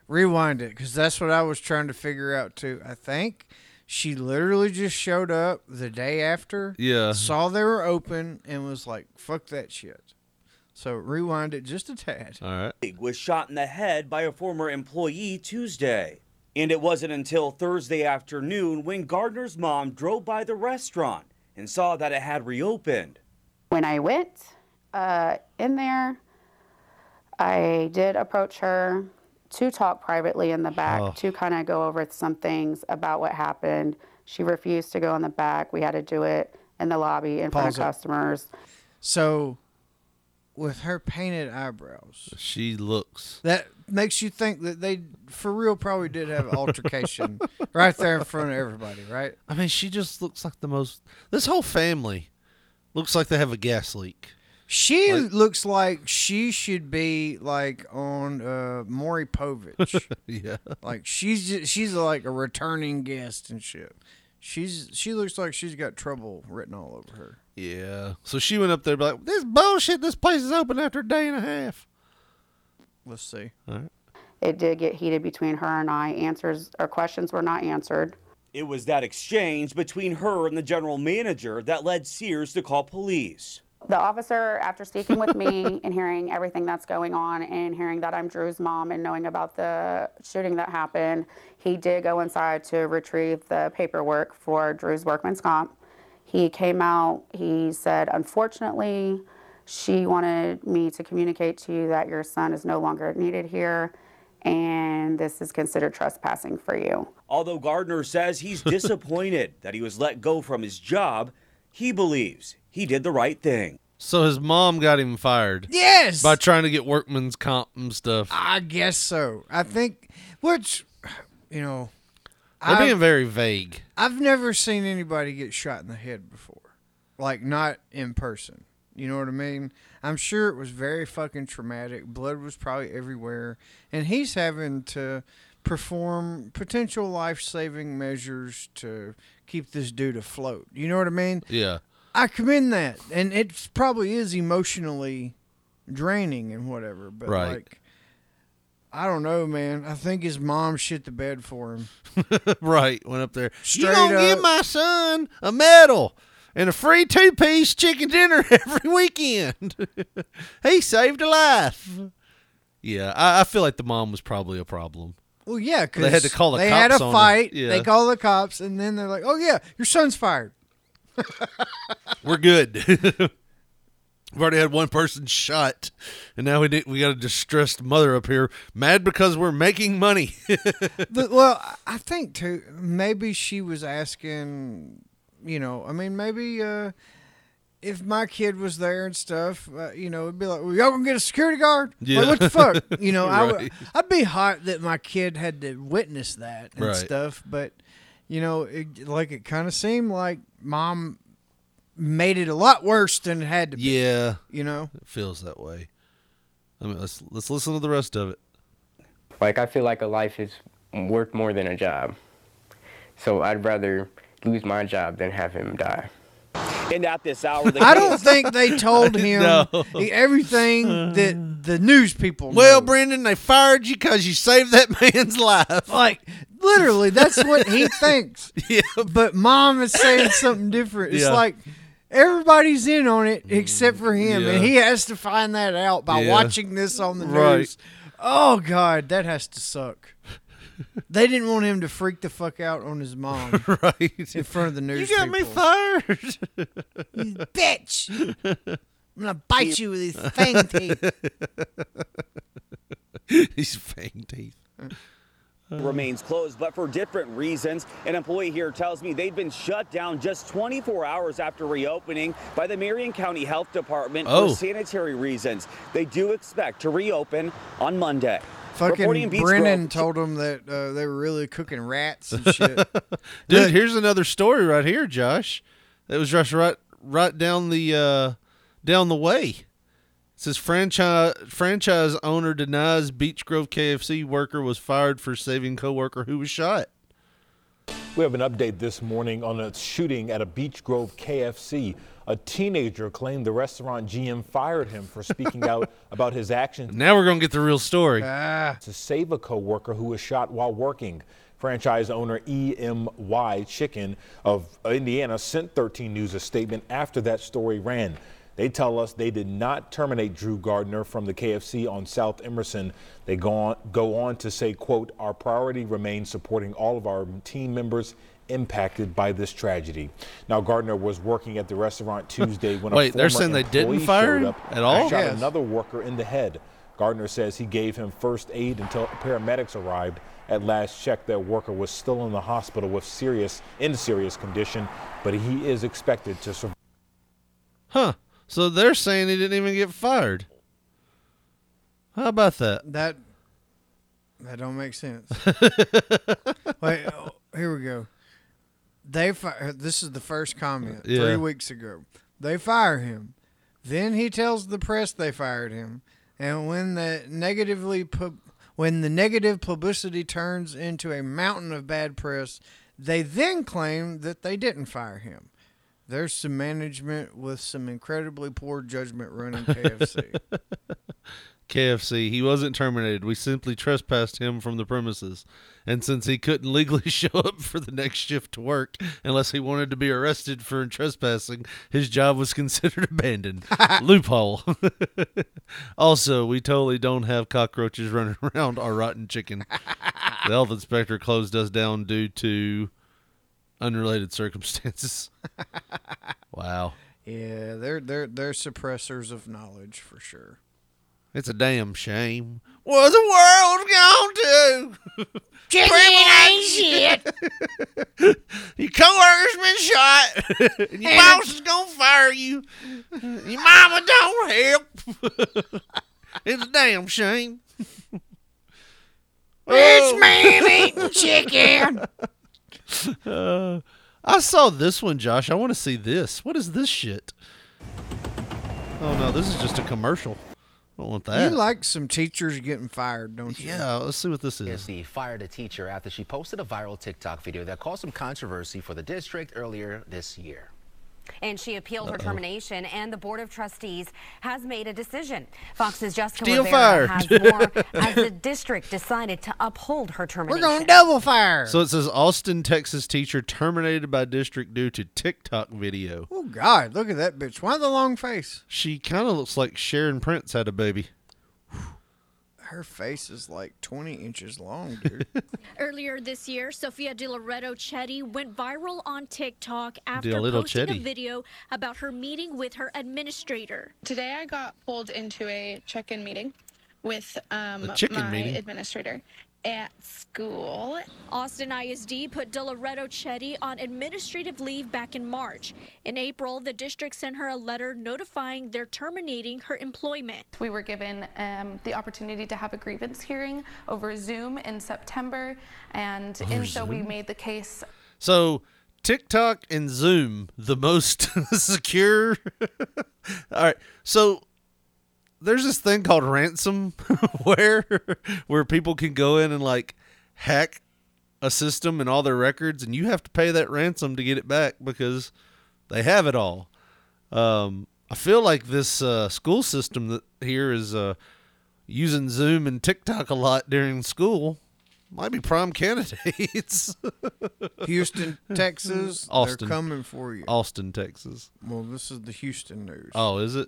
Speaker 7: Rewind it, because that's what I was trying to figure out too. I think she literally just showed up the day after.
Speaker 5: Yeah.
Speaker 7: Saw they were open and was like, "Fuck that shit." So rewind it just a tad.
Speaker 5: All right.
Speaker 11: colleague was shot in the head by a former employee Tuesday. And it wasn't until Thursday afternoon when Gardner's mom drove by the restaurant and saw that it had reopened.
Speaker 13: When I went uh, in there, I did approach her to talk privately in the back
Speaker 14: Oh.
Speaker 13: to kind of go over some things about what happened. She refused to go in the back. We had to do it in the lobby in front of
Speaker 7: Pause it.
Speaker 13: customers.
Speaker 7: So, with her painted eyebrows,
Speaker 5: She looks.
Speaker 7: that makes you think that they, for real, probably did have an altercation right there in front of everybody, right?
Speaker 5: I mean, she just looks like the most. This whole family looks like they have a gas leak.
Speaker 7: She looks like she should be like on uh Maury Povich.
Speaker 5: yeah.
Speaker 7: Like she's just, she's like a returning guest and shit. She's she looks like she's got trouble written all over her.
Speaker 5: Yeah. So she went up there, and be like, "This bullshit. This place is open after a day and a half."
Speaker 7: Let's see.
Speaker 5: All right.
Speaker 13: It did get heated between her and I. Answers or questions were not answered.
Speaker 11: It was that exchange between her and the general manager that led Sears to call police.
Speaker 13: The officer, after speaking with me and hearing everything that's going on and hearing that I'm Drew's mom and knowing about the shooting that happened, he did go inside to retrieve the paperwork for Drew's workman's comp. He came out, he said, Unfortunately, she wanted me to communicate to you that your son is no longer needed here and this is considered trespassing for you.
Speaker 11: Although Gardner says he's disappointed that he was let go from his job, he believes he did the right thing.
Speaker 5: So his mom got him fired.
Speaker 7: Yes!
Speaker 5: By trying to get workman's comp and stuff.
Speaker 7: I guess so. I think which you know
Speaker 5: They're
Speaker 7: I-
Speaker 5: being very vague.
Speaker 7: I've never seen anybody get shot in the head before. Like not in person. You know what I mean? I'm sure it was very fucking traumatic. Blood was probably everywhere and he's having to perform potential life-saving measures to keep this dude afloat. You know what I mean?
Speaker 5: Yeah.
Speaker 7: I commend that, and it probably is emotionally draining and whatever. But
Speaker 5: Right.
Speaker 7: like, I don't know, man. I think his mom shit the bed for him.
Speaker 5: right. Went up there.
Speaker 7: Straight
Speaker 5: you gonna give
Speaker 7: up.
Speaker 5: my son a medal and a free two piece chicken dinner every weekend. he saved a life. Yeah, I, I feel like the mom was probably a problem.
Speaker 7: Well, yeah, because
Speaker 5: They had to call the
Speaker 7: They had a
Speaker 5: cops on him.
Speaker 7: fight.
Speaker 5: Yeah.
Speaker 7: They call the cops, and then they're like, "Oh yeah, your son's fired."
Speaker 5: We're good. We've already had one person shot, and now we did, we got a distressed mother up here, mad because we're making money.
Speaker 7: But, well, I- Uh, I think too. Maybe she was asking. You know, I mean, maybe uh, if my kid was there and stuff, uh, you know, it'd be like, well, y'all gonna get a security guard?
Speaker 5: Yeah.
Speaker 7: Like, what the fuck? You know, I
Speaker 5: Right.
Speaker 7: would, I'd be hot that my kid had to witness that and
Speaker 5: Right.
Speaker 7: stuff, but you know, it, like it kind of seemed like mom made it a lot worse than it had to. be.
Speaker 5: yeah,
Speaker 7: You know,
Speaker 5: it feels that way. I mean, let's let's listen to the rest of it.
Speaker 12: Like I feel like a life is worth more than a job. So I'd rather lose my job than have him die.
Speaker 11: And at this hour, Oh, the
Speaker 7: I don't
Speaker 11: case-
Speaker 7: think they told him
Speaker 12: No.
Speaker 7: everything that the news people.
Speaker 5: Well, Brendan, they fired you because you saved that man's life.
Speaker 7: Like, literally, that's what he thinks.
Speaker 5: Yeah.
Speaker 7: But mom is saying something different. It's
Speaker 5: Yeah.
Speaker 7: like everybody's in on it except for him,
Speaker 5: yeah.
Speaker 7: and he has to find that out by
Speaker 5: Yeah.
Speaker 7: watching this on the
Speaker 5: Right.
Speaker 7: news. Oh God, that has to suck. they didn't want him to freak the fuck out on his mom
Speaker 5: right
Speaker 7: in front of the news.
Speaker 5: You got me
Speaker 7: people.
Speaker 5: fired.
Speaker 7: You bitch. I'm gonna bite you with these fang teeth.
Speaker 5: These fang teeth.
Speaker 7: Uh,
Speaker 11: remains closed, but for different reasons. An employee here tells me they've been shut down just 24 hours after reopening by the Marion County Health Department
Speaker 5: Oh.
Speaker 11: for sanitary reasons. They do expect to reopen on Monday. Reporting
Speaker 7: Fucking
Speaker 11: in Beech
Speaker 7: Brennan
Speaker 11: Grove,
Speaker 7: told him that uh, they were really cooking rats and shit.
Speaker 5: Dude, here's another story right here, Josh. That was just right right down the uh, down the way. It says franchise franchise owner denies Beach Grove KFC worker was fired for saving coworker who was shot.
Speaker 14: We have an update this morning on a shooting at a Beach Grove KFC. A teenager claimed the restaurant GM fired him for speaking out about his actions
Speaker 5: Now we're gonna get the real story.
Speaker 14: to save a coworker who was shot while working. Franchise owner EMY Chicken of Indiana sent 13 News a statement after that story ran. They tell us they did not terminate Drew Gardner from the KFC on South Emerson. They go on, go on to say, quote, our priority remains supporting all of our team members impacted by this tragedy. Now, Gardner was working at the restaurant Tuesday when
Speaker 5: Wait,
Speaker 14: a former
Speaker 5: they're saying they didn't
Speaker 14: employee
Speaker 5: fire
Speaker 14: showed
Speaker 5: him
Speaker 14: up
Speaker 5: at
Speaker 14: and
Speaker 5: all?
Speaker 14: Shot
Speaker 5: Yes.
Speaker 14: another worker in the head. Gardner says he gave him first aid until paramedics arrived. At last check, their worker was still in the hospital with serious in serious condition, but he is expected to survive.
Speaker 5: Huh. So they're saying he didn't even get fired. How about that?
Speaker 7: That that don't make sense. Wait, oh, here we go. They fi- this is the first comment
Speaker 5: Yeah.
Speaker 7: three weeks ago. They fire him Then he tells the press they fired him, and when the negatively pub- when the negative publicity turns into a mountain of bad press, they then claim that they didn't fire him. There's some management with some incredibly poor judgment running KFC.
Speaker 5: KFC. He wasn't terminated. We simply trespassed him from the premises. And since he couldn't legally show up for the next shift to work unless he wanted to be arrested for trespassing, his job was considered abandoned. Loophole. also, we totally don't have cockroaches running around our rotten chicken. the health inspector closed us down due to unrelated circumstances. wow.
Speaker 7: yeah, they're they're they're suppressors of knowledge for sure.
Speaker 5: It's a damn shame.
Speaker 7: Well, the world's gone
Speaker 3: to? Chicken ain't shit.
Speaker 5: Your coworker's been shot.
Speaker 3: Your boss is gonna fire you. Your mama don't help.
Speaker 5: it's a damn shame. Oh.
Speaker 3: Rich man eating chicken.
Speaker 5: Uh, I saw this one, Josh. I want to see this. What is this shit? Oh no, this is just a commercial. I don't want that.
Speaker 7: You like some teachers getting fired, don't you?
Speaker 5: yeah, let's see what this is.
Speaker 15: Is the fired a teacher after she posted a viral TikTok video that caused some controversy for the district earlier this year.
Speaker 16: And she appealed her termination, and the Board of Trustees has made a decision. Fox's Jessica
Speaker 5: Still
Speaker 16: Rivera
Speaker 5: fired.
Speaker 16: has more as the district decided to uphold her termination.
Speaker 7: double fire.
Speaker 5: So it says Austin, Texas teacher terminated by district due to TikTok video.
Speaker 7: Oh God, look at that bitch. Why the long face?
Speaker 5: She kind of looks like Sharon Prince had a baby.
Speaker 7: Her face is like 20 inches long, dude.
Speaker 17: Earlier this year, Sophia DiLoretto Chetty went viral on TikTok after
Speaker 5: DiLoretto
Speaker 17: posting a
Speaker 5: Chetty.
Speaker 17: video about her meeting with her administrator.
Speaker 18: Today I got pulled into a check-in meeting with um,
Speaker 5: A chicken
Speaker 18: my
Speaker 5: meeting?
Speaker 18: administrator at school.
Speaker 17: Austin ISD put DiLoretto Chetty on administrative leave back in March. In April, the district sent her a letter notifying they're terminating her employment.
Speaker 19: We were given um, the opportunity to have a grievance hearing over Zoom in September, and,
Speaker 5: Over
Speaker 19: and so we
Speaker 5: Zoom?
Speaker 19: made the case
Speaker 5: So TikTok and Zoom, the most secure. All right. So there's this thing called ransomware where people can go in and like hack a system and all their records and you have to pay that ransom to get it back because they have it all. Um I feel like this uh, school system that here is uh, using Zoom and TikTok a lot during school might be prime candidates.
Speaker 7: Houston, Texas,
Speaker 5: Austin.
Speaker 7: they're coming for you.
Speaker 5: Austin, Texas.
Speaker 7: Well, this is the Houston news.
Speaker 5: Oh, is it?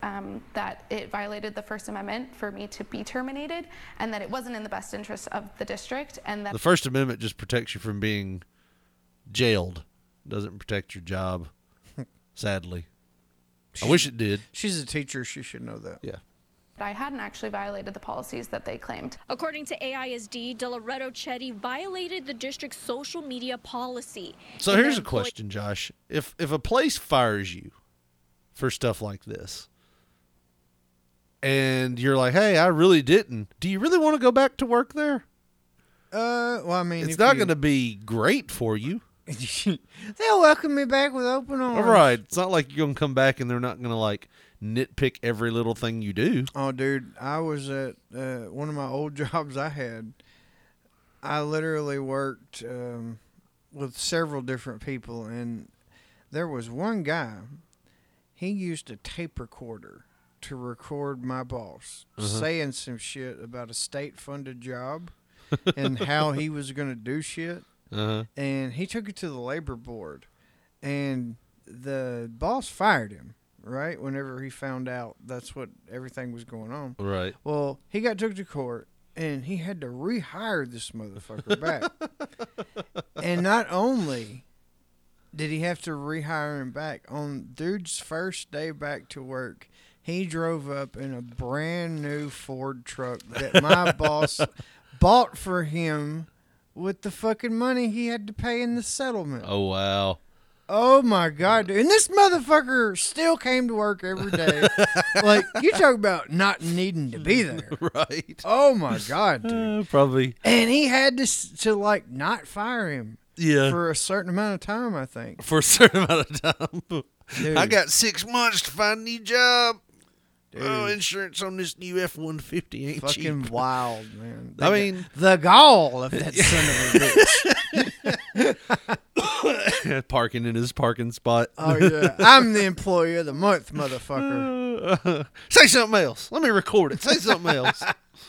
Speaker 19: um, that it violated the First Amendment for me to be terminated, and that it wasn't in the best interest of the district, and that
Speaker 5: The First Amendment just protects you from being jailed. Doesn't protect your job. Sadly. I wish it did.
Speaker 7: She's a teacher. She should know that.
Speaker 5: Yeah.
Speaker 19: I hadn't actually violated the policies that they claimed.
Speaker 17: According to AISD, DeLoretto Chetty violated the district's social media policy.
Speaker 5: So
Speaker 17: And
Speaker 5: here's a
Speaker 17: their employ-
Speaker 5: question, Josh. If if a place fires you for stuff like this and you're like, "Hey, I really didn't." Do you really want to go back to work there?
Speaker 7: Uh, well, I mean,
Speaker 5: It's
Speaker 7: if
Speaker 5: not
Speaker 7: you-
Speaker 5: going to be great for you.
Speaker 7: They'll welcome me back with open arms.
Speaker 5: All right. It's not like you're going to come back and they're not going to like nitpick every little thing you do.
Speaker 7: Oh, dude, I was at uh, one of my old jobs I had. I literally worked um, with several different people, and there was one guy. He used a tape recorder to record my boss
Speaker 5: Uh-huh.
Speaker 7: saying some shit about a state-funded job and how he was going to do shit
Speaker 5: Uh-huh.
Speaker 7: and he took it to the labor board and the boss fired him right whenever he found out that's what everything was going on
Speaker 5: Right.
Speaker 7: well he got took to court and he had to rehire this motherfucker back and not only did he have to rehire him back on dude's first day back to work he drove up in a brand new ford truck that my boss bought for him with the fucking money he had to pay in the settlement
Speaker 5: Oh, wow.
Speaker 7: Oh my god, dude. And this motherfucker still came to work every day. like you talk about not needing to be there.
Speaker 5: Right.
Speaker 7: Oh my god, dude.
Speaker 5: probably.
Speaker 7: And he had to s- to like not fire him.
Speaker 5: Yeah.
Speaker 7: for a certain amount of time, I think.
Speaker 5: for a certain amount of time. I
Speaker 7: Dude.
Speaker 5: got six months to find a new job. Oh, insurance on this new F one fifty ain't
Speaker 7: Fucking
Speaker 5: cheap.
Speaker 7: wild, man.
Speaker 5: I mean-
Speaker 7: the gall of that son of a bitch.
Speaker 5: Parking in his parking spot.
Speaker 7: oh yeah, I'm the employee of the month, motherfucker.
Speaker 5: Say something else. Let me record it. Say something else.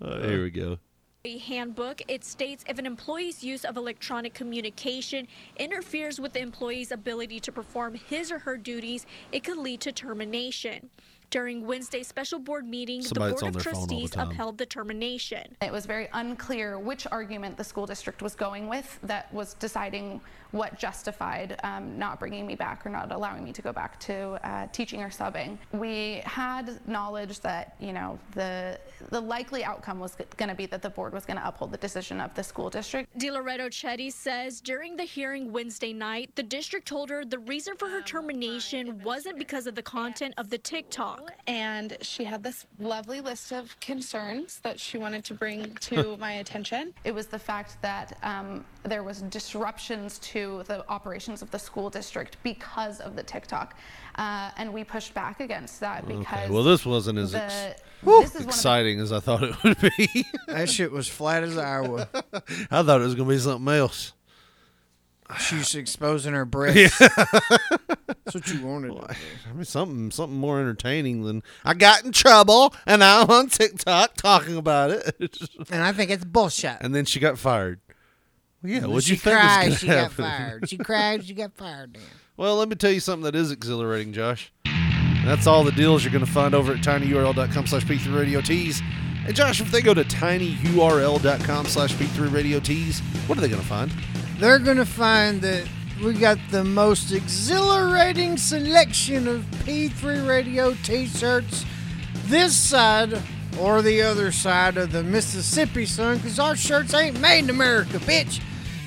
Speaker 5: Uh, here we go.
Speaker 17: The handbook, it states if an employee's use of electronic communication interferes with the employee's ability to perform his or her duties, it could lead to termination. During Wednesday's special board meeting,
Speaker 5: Somebody's
Speaker 17: the
Speaker 5: on
Speaker 17: Board
Speaker 5: their
Speaker 17: of
Speaker 5: phone all the
Speaker 17: Trustees
Speaker 5: time.
Speaker 17: upheld the termination.
Speaker 19: It was very unclear which argument the school district was going with that was deciding what justified um, not bringing me back or not allowing me to go back to uh, teaching or subbing. We had knowledge that you know the the likely outcome was going to be that the board was going to uphold the decision of the school district.
Speaker 17: DiLoretto Chetty says during the hearing Wednesday night, the district told her the reason for her termination wasn't because of the content of the TikTok.
Speaker 18: and she had this lovely list of concerns that she wanted to bring to my attention.
Speaker 19: It was the fact that um, there was disruptions to the operations of the school district because of the TikTok, uh, and we pushed back against that because.
Speaker 5: Okay. Well, this wasn't as
Speaker 19: the-
Speaker 5: ex-
Speaker 19: Woo! this is one of the-
Speaker 5: exciting as I thought it would be.
Speaker 7: that shit was flat as Iowa.
Speaker 5: I thought it was going to be something else.
Speaker 7: She's exposing her breasts. That's what you wanted.
Speaker 5: I mean, something something more entertaining than I got in trouble and I'm on TikTok talking about it.
Speaker 7: and I think it's bullshit.
Speaker 5: And then she got fired. Well, yeah,
Speaker 7: And
Speaker 5: what'd
Speaker 7: she
Speaker 5: you think was
Speaker 7: cried,
Speaker 5: gonna
Speaker 7: she got
Speaker 5: happen?
Speaker 7: fired. She cried, she got fired. Dan.
Speaker 5: Well, let me tell you something that is exhilarating, Josh. And that's all the deals you're going to find over at tinyurl.com slash p3radiotees. And Josh, if they go to tinyurl.com slash p3radiotees, what are they going to find?
Speaker 7: They're gonna find that we got the most exhilarating selection of P3 Radio T-shirts this side or the other side of the Mississippi, son, because our shirts ain't made in America, bitch.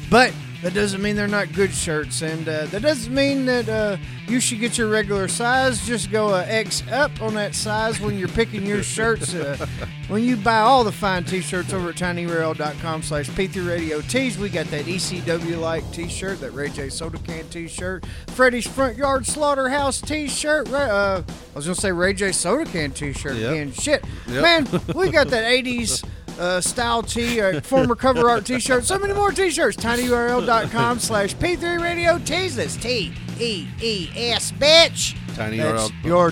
Speaker 7: But that doesn't mean they're not good shirts, and uh, that doesn't mean that uh, you should get your regular size. Just go a X up on that size when you're picking your shirts. Uh, when you buy all the fine t-shirts over at tinyurl.com slash p3 radio tees, we got that ECW like t-shirt, that Ray J Soda Can t-shirt, Freddy's Front Yard Slaughterhouse t-shirt. Ra- Uh, I was gonna say Ray J Soda Can t-shirt
Speaker 5: Yep.
Speaker 7: again. Shit,
Speaker 5: Yep.
Speaker 7: man, we got that '80s uh, style tee, uh, former cover art T-shirt. So many more T-shirts. tinyurl.com slash p3radio tees. That's T E E S, bitch. That's
Speaker 5: Tinyurl.
Speaker 7: your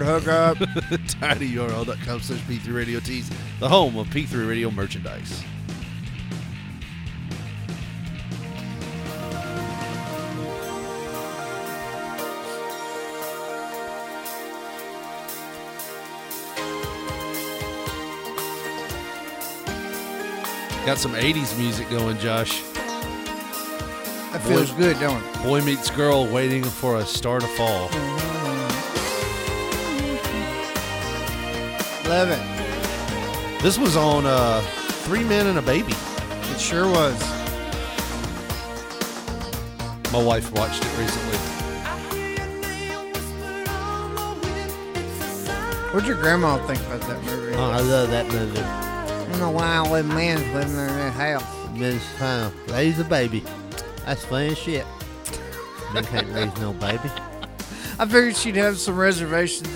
Speaker 7: hookup.
Speaker 5: tinyurl.com slash p3radiotees, the home of P3 Radio merchandise. Got some 80s music going, Josh.
Speaker 7: That feels good, don't it?
Speaker 5: Boy meets girl waiting for a star to fall.
Speaker 7: Love it.
Speaker 5: This was on uh, Three Men and a Baby.
Speaker 7: It sure was.
Speaker 5: My wife watched it recently.
Speaker 7: What'd your grandma think about that movie?
Speaker 5: I love that movie.
Speaker 7: I don't know why all them man's living in that house.
Speaker 20: Miss Fine, raise a baby. That's funny as shit. They can't raise no baby.
Speaker 7: I figured she'd have some reservations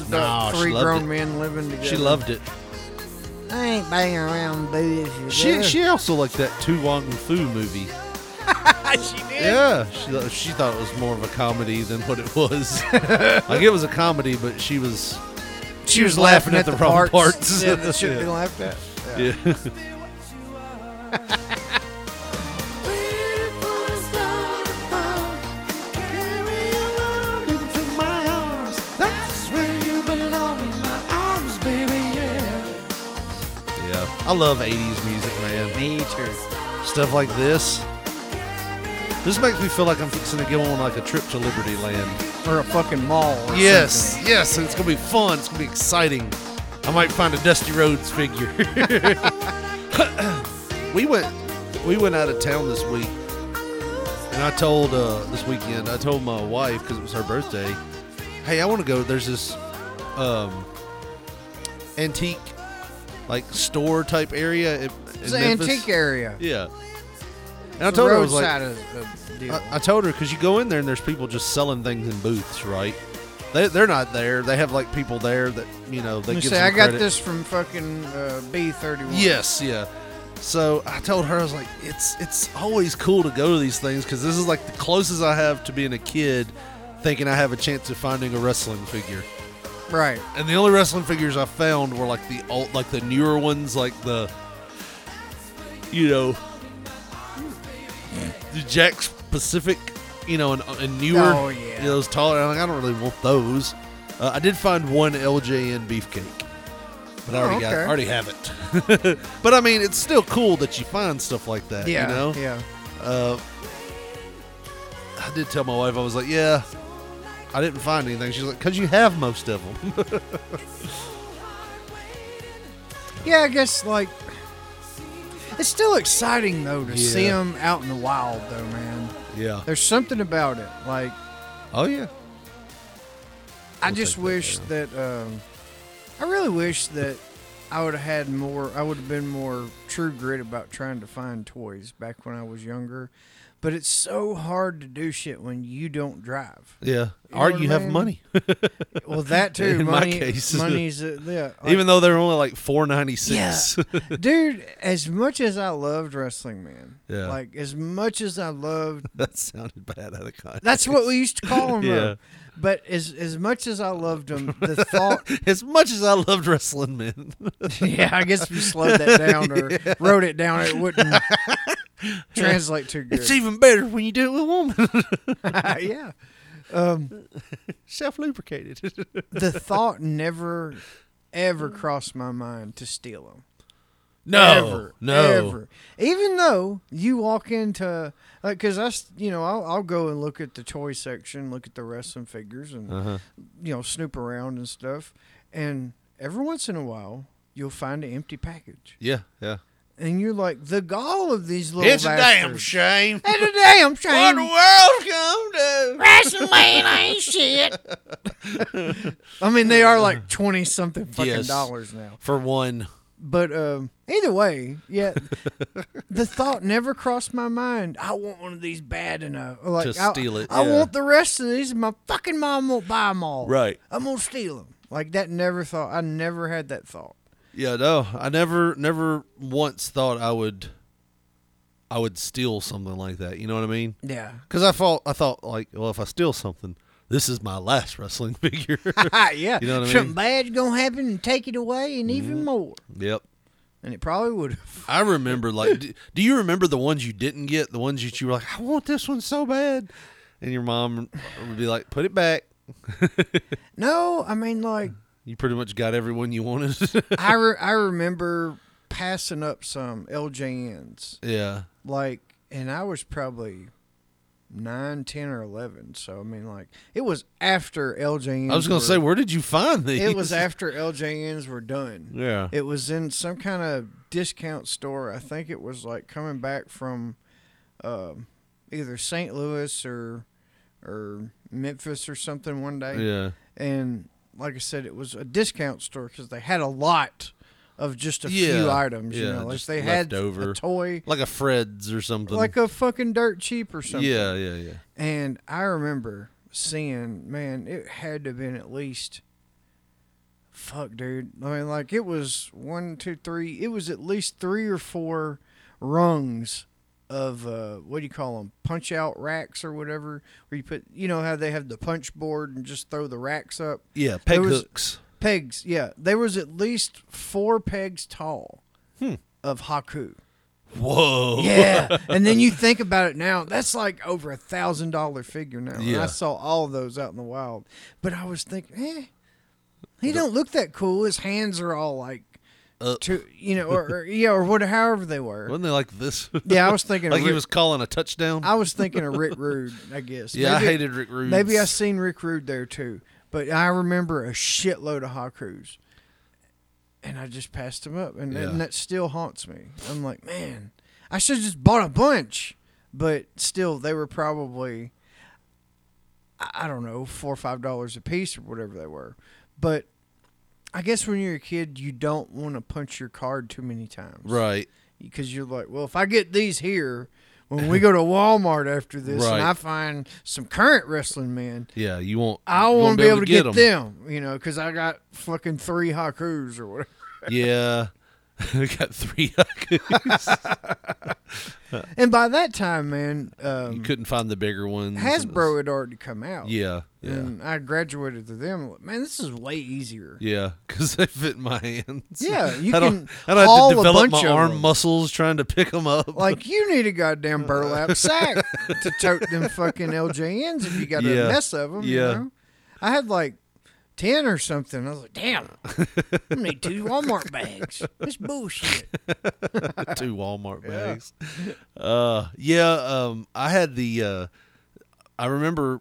Speaker 20: No,
Speaker 7: about
Speaker 20: she
Speaker 7: three
Speaker 20: loved
Speaker 7: grown
Speaker 20: it.
Speaker 7: men living together.
Speaker 5: She loved it.
Speaker 7: I ain't banging around boo if you're
Speaker 5: She
Speaker 7: good.
Speaker 5: she also liked that Tu Wong Fu movie.
Speaker 7: she did.
Speaker 5: Yeah, she thought- she thought it was more of a comedy than what it was. like it was a comedy, but she was
Speaker 7: She was laughing at the
Speaker 5: wrong
Speaker 7: parts.
Speaker 5: parts.
Speaker 7: Yeah, that shouldn't be laughed at.
Speaker 5: Yeah.
Speaker 7: Yeah.
Speaker 5: Yeah. I love 80s music, man.
Speaker 7: Me too.
Speaker 5: Stuff like this. This makes me feel like I'm fixing to go on like a trip to Liberty Land.
Speaker 7: Or a fucking mall. or
Speaker 5: Yes,
Speaker 7: something.
Speaker 5: yes, and it's gonna be fun. It's gonna be exciting. I might find a Dusty Rhodes figure. we went, we went out of town this week, and I told uh, this weekend. I told my wife because it was her birthday. Hey, I want to go. There's this um, antique, like store type area. in- in
Speaker 7: It's an
Speaker 5: Memphis."
Speaker 7: antique area.
Speaker 5: Yeah. And I
Speaker 7: It's a
Speaker 5: told her I was like,
Speaker 7: roadside of- of deal.
Speaker 5: I, I told her because you go in there and there's people just selling things in booths, right? They, they're not there. They have like people there that you know they
Speaker 7: You
Speaker 5: give
Speaker 7: say
Speaker 5: some
Speaker 7: I got
Speaker 5: credit."
Speaker 7: this from fucking uh, B31.
Speaker 5: Yes, yeah. So I told her I was like, it's it's always cool to go to these things because this is like the closest I have to being a kid, thinking I have a chance of finding a wrestling figure.
Speaker 7: Right.
Speaker 5: And the only wrestling figures I found were like the old, like the newer ones, like the, you know, the Jack's Pacific, you know, and, and newer.
Speaker 7: Oh, yeah.
Speaker 5: You know, those taller. I'm like, I don't really want those. Uh, I did find one LJN beefcake, but I
Speaker 7: Oh,
Speaker 5: already got,
Speaker 7: okay.
Speaker 5: I already have it. but I mean, it's still cool that you find stuff like that.
Speaker 7: Yeah,
Speaker 5: You know.
Speaker 7: yeah.
Speaker 5: Uh, I did tell my wife I was like, yeah, I didn't find anything. She's like, because you have most of them.
Speaker 7: Yeah, I guess like it's still exciting though to see 'em see
Speaker 5: Yeah.
Speaker 7: them out in the wild though, man.
Speaker 5: yeah.
Speaker 7: There's something about it. Like
Speaker 5: Uh. Oh yeah.
Speaker 7: I just wish that, um, I really wish that I would have had more. I would have been more true grit about trying to find toys back when I was younger. But it's so hard to do shit when you don't drive.
Speaker 5: Yeah.
Speaker 7: know
Speaker 5: or
Speaker 7: what
Speaker 5: you
Speaker 7: I
Speaker 5: have
Speaker 7: mean?
Speaker 5: money.
Speaker 7: well, that too.
Speaker 5: In
Speaker 7: money,
Speaker 5: my case,
Speaker 7: money's uh, yeah.
Speaker 5: Even though they're only like four ninety six.
Speaker 7: Yeah. Dude, as much as I loved wrestling, man.
Speaker 5: Yeah.
Speaker 7: Like as much as I loved
Speaker 5: that sounded bad out of context.
Speaker 7: That's what we used to call them.
Speaker 5: Yeah.
Speaker 7: though. But as as much as I loved them, the thought
Speaker 5: as much as I loved wrestling men.
Speaker 7: Yeah, I guess if you slowed that down or
Speaker 5: Yeah.
Speaker 7: wrote it down, it wouldn't translate too good.
Speaker 5: It's even better when you do it with a woman.
Speaker 7: yeah. Um,
Speaker 5: Self lubricated.
Speaker 7: the thought never ever crossed my mind to steal them.
Speaker 5: No, no.
Speaker 7: Even though you walk into, like, cause I, s- you know, I'll, I'll go and look at the toy section, look at the wrestling figures, and
Speaker 5: Uh-huh.
Speaker 7: you know, snoop around and stuff. And every once in a while, you'll find an empty package,
Speaker 5: Yeah, yeah.
Speaker 7: and you're like, the gall of these little.
Speaker 3: It's a damn
Speaker 7: bastards."
Speaker 3: shame.
Speaker 7: It's a damn
Speaker 3: What
Speaker 7: shame.
Speaker 3: the world's gonna do? Wrestling man ain't shit.
Speaker 7: I mean, they are like twenty something fucking
Speaker 5: Yes.
Speaker 7: dollars now.
Speaker 5: For one.
Speaker 7: But um, either way, yeah, the thought never crossed my mind. I want one of these bad enough. Like,
Speaker 5: To
Speaker 7: I-
Speaker 5: steal it,
Speaker 7: I
Speaker 5: yeah.
Speaker 7: want the rest of these. My fucking mom won't buy them all.
Speaker 5: Right.
Speaker 7: I'm gonna steal them. Like that never thought. I never had that thought.
Speaker 5: Yeah, no. I never never once thought I would I would steal something like that. You know what I mean?
Speaker 7: Yeah.
Speaker 5: Cuz I thought I thought like, well, if I steal something, this is my last wrestling figure.
Speaker 7: yeah.
Speaker 5: You know what I
Speaker 7: Something
Speaker 5: mean? Mm-hmm.
Speaker 7: bad's gonna happen and take it away, and even more.
Speaker 5: Yep.
Speaker 7: And it probably would have.
Speaker 5: I remember like do, do you remember the ones you didn't get, the ones that you were like, "I want this one so bad." And your mom would be like, "Put it back."
Speaker 7: No, I mean like
Speaker 5: You pretty much got everyone you wanted.
Speaker 7: I re- I remember passing up some LJNs.
Speaker 5: yeah.
Speaker 7: like and i was probably 9 10 or 11 so i mean like it was after ljn
Speaker 5: I was going to say, where did you find these?
Speaker 7: it was after ljns were done
Speaker 5: Yeah.
Speaker 7: it was in some kind of discount store i think it was like coming back from um, either st louis or or memphis or something one day
Speaker 5: Yeah.
Speaker 7: and like i said it was a discount store because they had a lot of just a few items you know like
Speaker 5: just
Speaker 7: they had
Speaker 5: leftover.
Speaker 7: a toy
Speaker 5: like a Fred's or something.
Speaker 7: like a fucking dirt cheap or something.
Speaker 5: Yeah, yeah, yeah.
Speaker 7: And I remember seeing, man, it had to have been at least, fuck, dude. I mean, like it was one, two, three. It was at least three or four rungs of uh, what do you call them? Punch out racks or whatever, where you put, you know how they have the punch board and just throw the racks up.
Speaker 5: Yeah,
Speaker 7: There
Speaker 5: peg
Speaker 7: was-
Speaker 5: hooks.
Speaker 7: Pegs, yeah. There was at least four pegs tall of Haku.
Speaker 5: Hmm. Whoa.
Speaker 7: Yeah. and then you think about it now, that's like over a thousand dollar figure now. And
Speaker 5: Yeah.
Speaker 7: I saw all of those out in the wild. But I was thinking, eh, he don't look that cool. His hands are all like to you know, or, or yeah, or whatever however they were.
Speaker 5: Uh, Wasn't they like this?
Speaker 7: Yeah, I was thinking of
Speaker 5: like he
Speaker 7: Rick-
Speaker 5: was calling a touchdown.
Speaker 7: I was thinking of Rick Rude, I guess.
Speaker 5: Yeah, I hated Rick Rude's.
Speaker 7: Maybe I seen Rick Rude there too, but I remember a shitload of Hakus, and I just passed them up, and,
Speaker 5: Yeah.
Speaker 7: and that still haunts me. I'm like, man, I should have just bought a bunch, but still, they were probably, I I don't know, four or five dollars a piece or whatever they were, but. I guess when you're a kid, you don't want to punch your card too many times
Speaker 5: Right.
Speaker 7: because you're like, well, if I get these here, when we go to Walmart after this
Speaker 5: Right.
Speaker 7: and I find some current wrestling men,
Speaker 5: Yeah, you won't.
Speaker 7: I
Speaker 5: you won't
Speaker 7: want to be able to get,
Speaker 5: 'em.
Speaker 7: them. you know, because I got fucking three hakus or whatever.
Speaker 5: Yeah, I got three haikus.
Speaker 7: And by that time, man, um,
Speaker 5: you couldn't find the bigger ones. and
Speaker 7: Hasbro had already come out.
Speaker 5: Yeah, yeah.
Speaker 7: And I graduated to them. Man, this is way easier.
Speaker 5: Yeah, because they fit my hands.
Speaker 7: Yeah, you
Speaker 5: I
Speaker 7: can
Speaker 5: don't, I don't have
Speaker 7: haul a
Speaker 5: to develop
Speaker 7: bunch
Speaker 5: my
Speaker 7: of
Speaker 5: arm
Speaker 7: 'em.
Speaker 5: muscles trying to pick them up.
Speaker 7: Like you need a goddamn burlap sack to tote them fucking LJNs if you got
Speaker 5: Yeah.
Speaker 7: a mess of them. You
Speaker 5: Yeah.
Speaker 7: know? I had like ten or something. I was like, damn, I need two Walmart bags. This bullshit.
Speaker 5: two Walmart bags. Uh, yeah. Um, I had the. Uh, I remember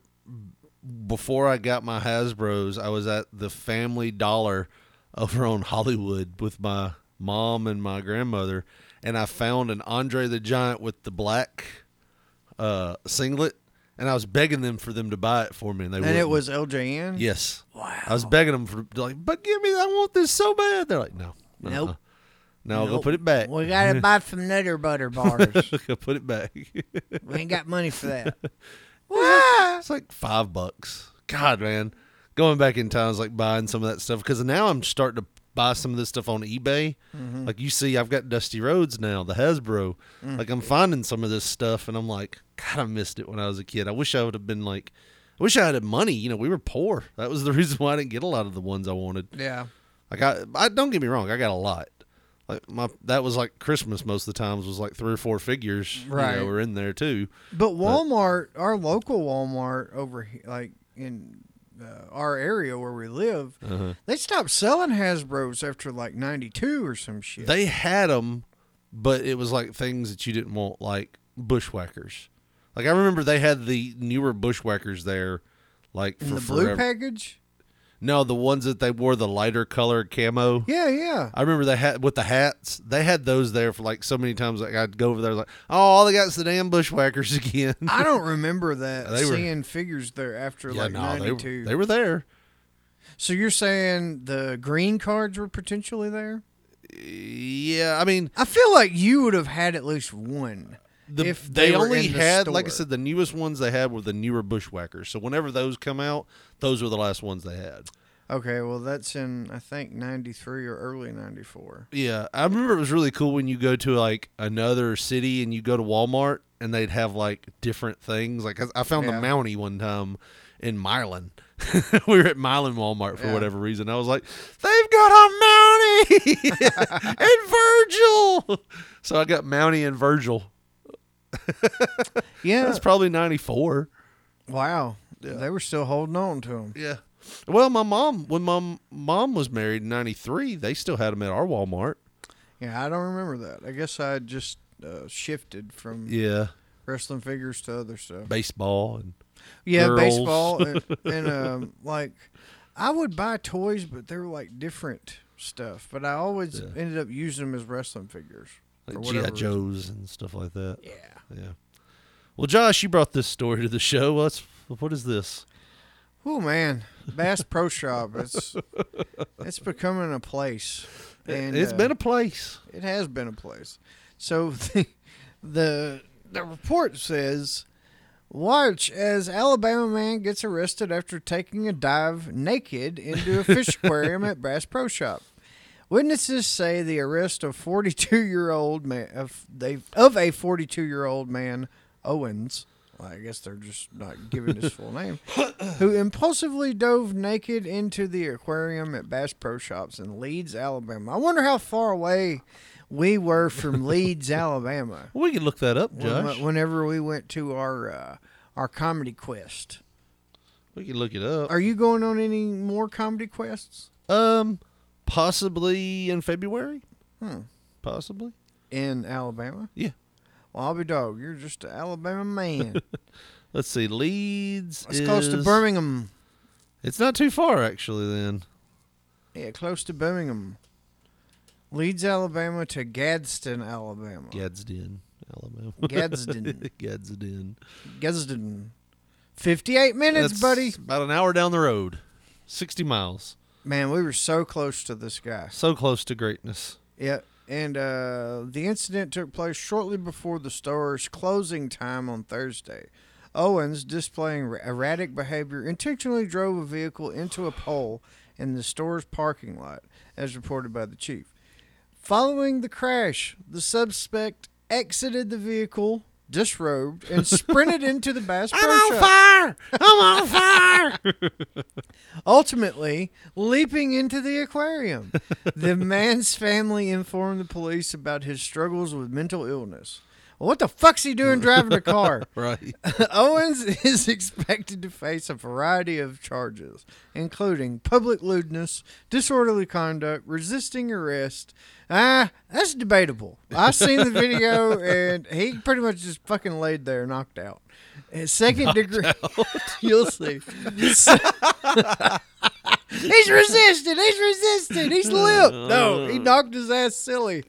Speaker 5: before I got my Hasbro's, I was at the Family Dollar over on Hollywood with my mom and my grandmother, and I found an Andre the Giant with the black uh, singlet, and I was begging them for them to buy it for me, and they
Speaker 7: And it
Speaker 5: wouldn't.
Speaker 7: was LJN.
Speaker 5: Yes. Wow. I was begging them for like, but give me, I want this so bad. They're like, no, uh-uh.
Speaker 7: Nope.
Speaker 5: no, go
Speaker 7: Nope.
Speaker 5: put it back.
Speaker 7: We gotta buy some Nutter Butter bars.
Speaker 5: go put it back.
Speaker 7: we ain't got money for that.
Speaker 5: Ah, It's like five bucks. God, man, going back in time is like buying some of that stuff because now I'm starting to buy some of this stuff on eBay.
Speaker 13: Mhm.
Speaker 5: Like you see, I've got Dusty Roads now, the Hasbro.
Speaker 13: Mm.
Speaker 5: Like I'm finding some of this stuff, and I'm like, God, I missed it when I was a kid. I wish I would have been like, I wish I had had money. You know, we were poor. That was the reason why I didn't get a lot of the ones I wanted.
Speaker 7: Yeah.
Speaker 5: Like I, I don't get me wrong, I got a lot. Like my that was like Christmas most of the times was like three or four figures. You
Speaker 7: Right.
Speaker 5: know, were in there too.
Speaker 7: But Walmart, our local Walmart over here, like in uh, our area where we live,
Speaker 5: Uh-huh.
Speaker 7: they stopped selling Hasbro's after like '92 or some shit.
Speaker 5: They had them, but it was like things that you didn't want, like bushwhackers. Like I remember they had the newer bushwhackers there, like
Speaker 7: in
Speaker 5: for
Speaker 7: the
Speaker 5: forever.
Speaker 7: blue package.
Speaker 5: No, the ones that they wore the lighter color camo.
Speaker 7: Yeah, yeah.
Speaker 5: I remember they had with the hats. They had those there for like so many times. Like I'd go over there like, oh, all they got is the damn bushwhackers again.
Speaker 7: I don't remember that
Speaker 5: They were-
Speaker 7: seeing figures there after
Speaker 5: Yeah,
Speaker 7: like
Speaker 5: no, they were-
Speaker 7: '92.
Speaker 5: they were there.
Speaker 7: So you're saying the green cards were potentially there?
Speaker 5: Yeah, I mean,
Speaker 7: I feel like you would have had at least one.
Speaker 5: The,
Speaker 7: if
Speaker 5: they,
Speaker 7: they, were
Speaker 5: only
Speaker 7: in the
Speaker 5: had, like I
Speaker 7: store.
Speaker 5: said, the newest ones they had were the newer bushwhackers. So whenever those come out, those were the last ones they had.
Speaker 7: Okay, well that's in I think '93 or early '94.
Speaker 5: Yeah, I remember it was really cool when you go to like another city and you go to Walmart and they'd have like different things. Like I- I found
Speaker 13: Yeah.
Speaker 5: the Mountie one time in Milan. we were at Milan Walmart for
Speaker 13: Yeah.
Speaker 5: whatever reason. I was like, they've got a Mountie and Virgil. So I got Mountie and Virgil.
Speaker 7: Yeah.
Speaker 5: that's probably ninety four.
Speaker 7: Wow. They were still holding on to them.
Speaker 5: Yeah. Well, my mom when my mom was married in ninety three, they still had them at our Walmart.
Speaker 7: Yeah, I don't remember that. I guess I just uh, shifted from
Speaker 5: Yeah,
Speaker 7: wrestling figures to other stuff.
Speaker 5: baseball and
Speaker 7: yeah,
Speaker 5: girls.
Speaker 7: baseball and, and um, like I would buy toys, but they were like different stuff. But I always ended up using them as wrestling figures.
Speaker 5: like
Speaker 7: for
Speaker 5: GI
Speaker 7: whatever reason.
Speaker 5: Joes and stuff like that. Yeah, yeah. Well, Josh, you brought this story to the show. What's what is this?
Speaker 7: Oh man, Bass Pro Shop. It's it's becoming a place. And uh,
Speaker 5: it's been a place.
Speaker 7: It has been a place. So the the, the report says watch as Alabama man gets arrested after taking a dive naked into a fish aquarium at Bass Pro Shop. Witnesses say the arrest of 42 year old man of they of a 42 year old man Owens. Well, I guess they're just not giving his full name. Who impulsively dove naked into the aquarium at Bass Pro Shops in Leeds, Alabama. I wonder how far away we were from Leeds, Alabama.
Speaker 5: We can look that up,
Speaker 7: When-
Speaker 5: Josh.
Speaker 7: whenever we went to our uh, our comedy quest.
Speaker 5: We can look it up.
Speaker 7: Are you going on any more comedy quests?
Speaker 5: Um, possibly in February.
Speaker 7: Hmm.
Speaker 5: Possibly.
Speaker 7: In Alabama?
Speaker 5: Yeah.
Speaker 7: Well, I'll be dog. You're just an Alabama man.
Speaker 5: Let's see. Leeds.
Speaker 7: It's close to
Speaker 5: is-
Speaker 7: Birmingham.
Speaker 5: It's not too far actually. Then
Speaker 7: Yeah, close to Birmingham. Leeds, Alabama to Gadsden, Alabama.
Speaker 5: Gadsden, Alabama.
Speaker 7: Gadsden.
Speaker 5: Gadsden.
Speaker 7: Gadsden. 58 minutes,
Speaker 5: That's
Speaker 7: buddy.
Speaker 5: About an hour down the road. Sixty miles.
Speaker 7: Man, we were so close to this guy.
Speaker 5: So close to greatness.
Speaker 7: Yeah. and uh, the incident took place shortly before the store's closing time on Thursday. Owens, displaying erratic behavior, intentionally drove a vehicle into a pole in the store's parking lot, as reported by the chief. Following the crash, the suspect exited the vehicle, disrobed, and sprinted into the Bass Pro
Speaker 3: I'm on
Speaker 7: Shop.
Speaker 3: fire! I'm on fire!
Speaker 7: Ultimately, leaping into the aquarium. The man's family informed the police about his struggles with mental illness. Well, what the fuck's he doing driving a car?
Speaker 5: right.
Speaker 7: Owens is expected to face a variety of charges, including public lewdness, disorderly conduct, resisting arrest. Ah, that's debatable. I've seen the video, and he pretty much just fucking laid there, knocked out. And second
Speaker 3: Knocked
Speaker 7: degree,
Speaker 3: out.
Speaker 7: you'll see. he's resisting. He's resisting. He's limp.
Speaker 5: Uh,
Speaker 7: No, he knocked his ass silly.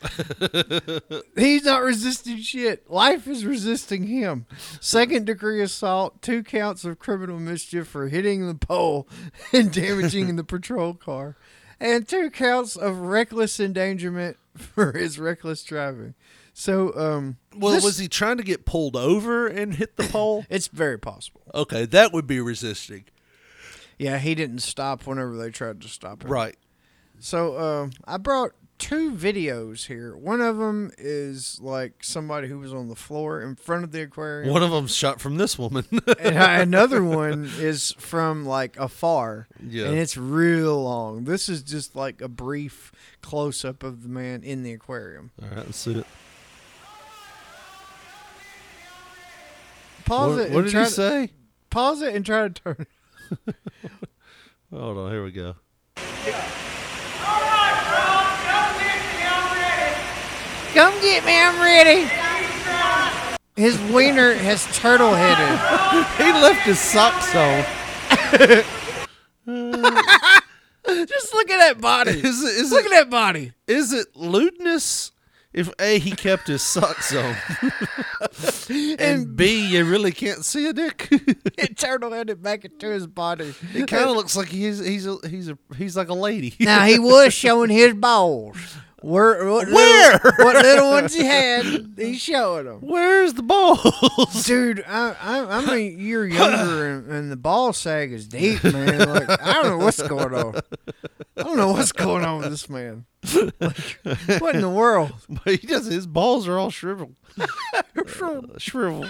Speaker 7: He's not resisting shit. Life is resisting him. Second degree assault, two counts of criminal mischief for hitting the pole and damaging the patrol car, and two counts of reckless endangerment for his reckless driving. So, um,
Speaker 5: Well, was he trying to get pulled over and hit the pole?
Speaker 7: it's very possible.
Speaker 5: Okay, that would be resisting.
Speaker 7: Yeah, he didn't stop whenever they tried to stop him.
Speaker 5: Right.
Speaker 7: So um, I brought two videos here. One of them is like somebody who was on the floor in front of the aquarium.
Speaker 5: One of them's shot from this woman.
Speaker 7: and I, another one is from like afar.
Speaker 5: Yeah.
Speaker 7: And it's real long. This is just like a brief close up of the man in the aquarium.
Speaker 5: All right, let's see it.
Speaker 7: Pause
Speaker 5: What-
Speaker 7: it. and
Speaker 5: what did
Speaker 7: try
Speaker 5: he
Speaker 7: to-
Speaker 5: say?
Speaker 7: Pause it and try to turn it.
Speaker 5: Hold on, here we go.
Speaker 7: Come get me, I'm ready. His wiener has turtle headed.
Speaker 5: he left his socks on.
Speaker 7: Just look at that body.
Speaker 5: Is it- is
Speaker 7: look
Speaker 5: it-
Speaker 7: at that body.
Speaker 5: Is it lewdness if A, he kept his socks on, and, B, you really can't see a dick?
Speaker 7: It turtle headed back into his body.
Speaker 5: It kind of looks like he's he's a, he's a he's like a lady.
Speaker 7: Now he was showing his balls. Where? What
Speaker 5: Where?
Speaker 7: Little, what little ones he had? He's showing them.
Speaker 5: Where's the balls,
Speaker 7: dude? I, I, I mean, you're younger, and, and the ball sag is deep, man. Like I don't know what's going on. I don't know what's going on with this man. Like, what in the world?
Speaker 5: But he does. His balls are all shriveled.
Speaker 7: Shrivel.
Speaker 5: shrivel.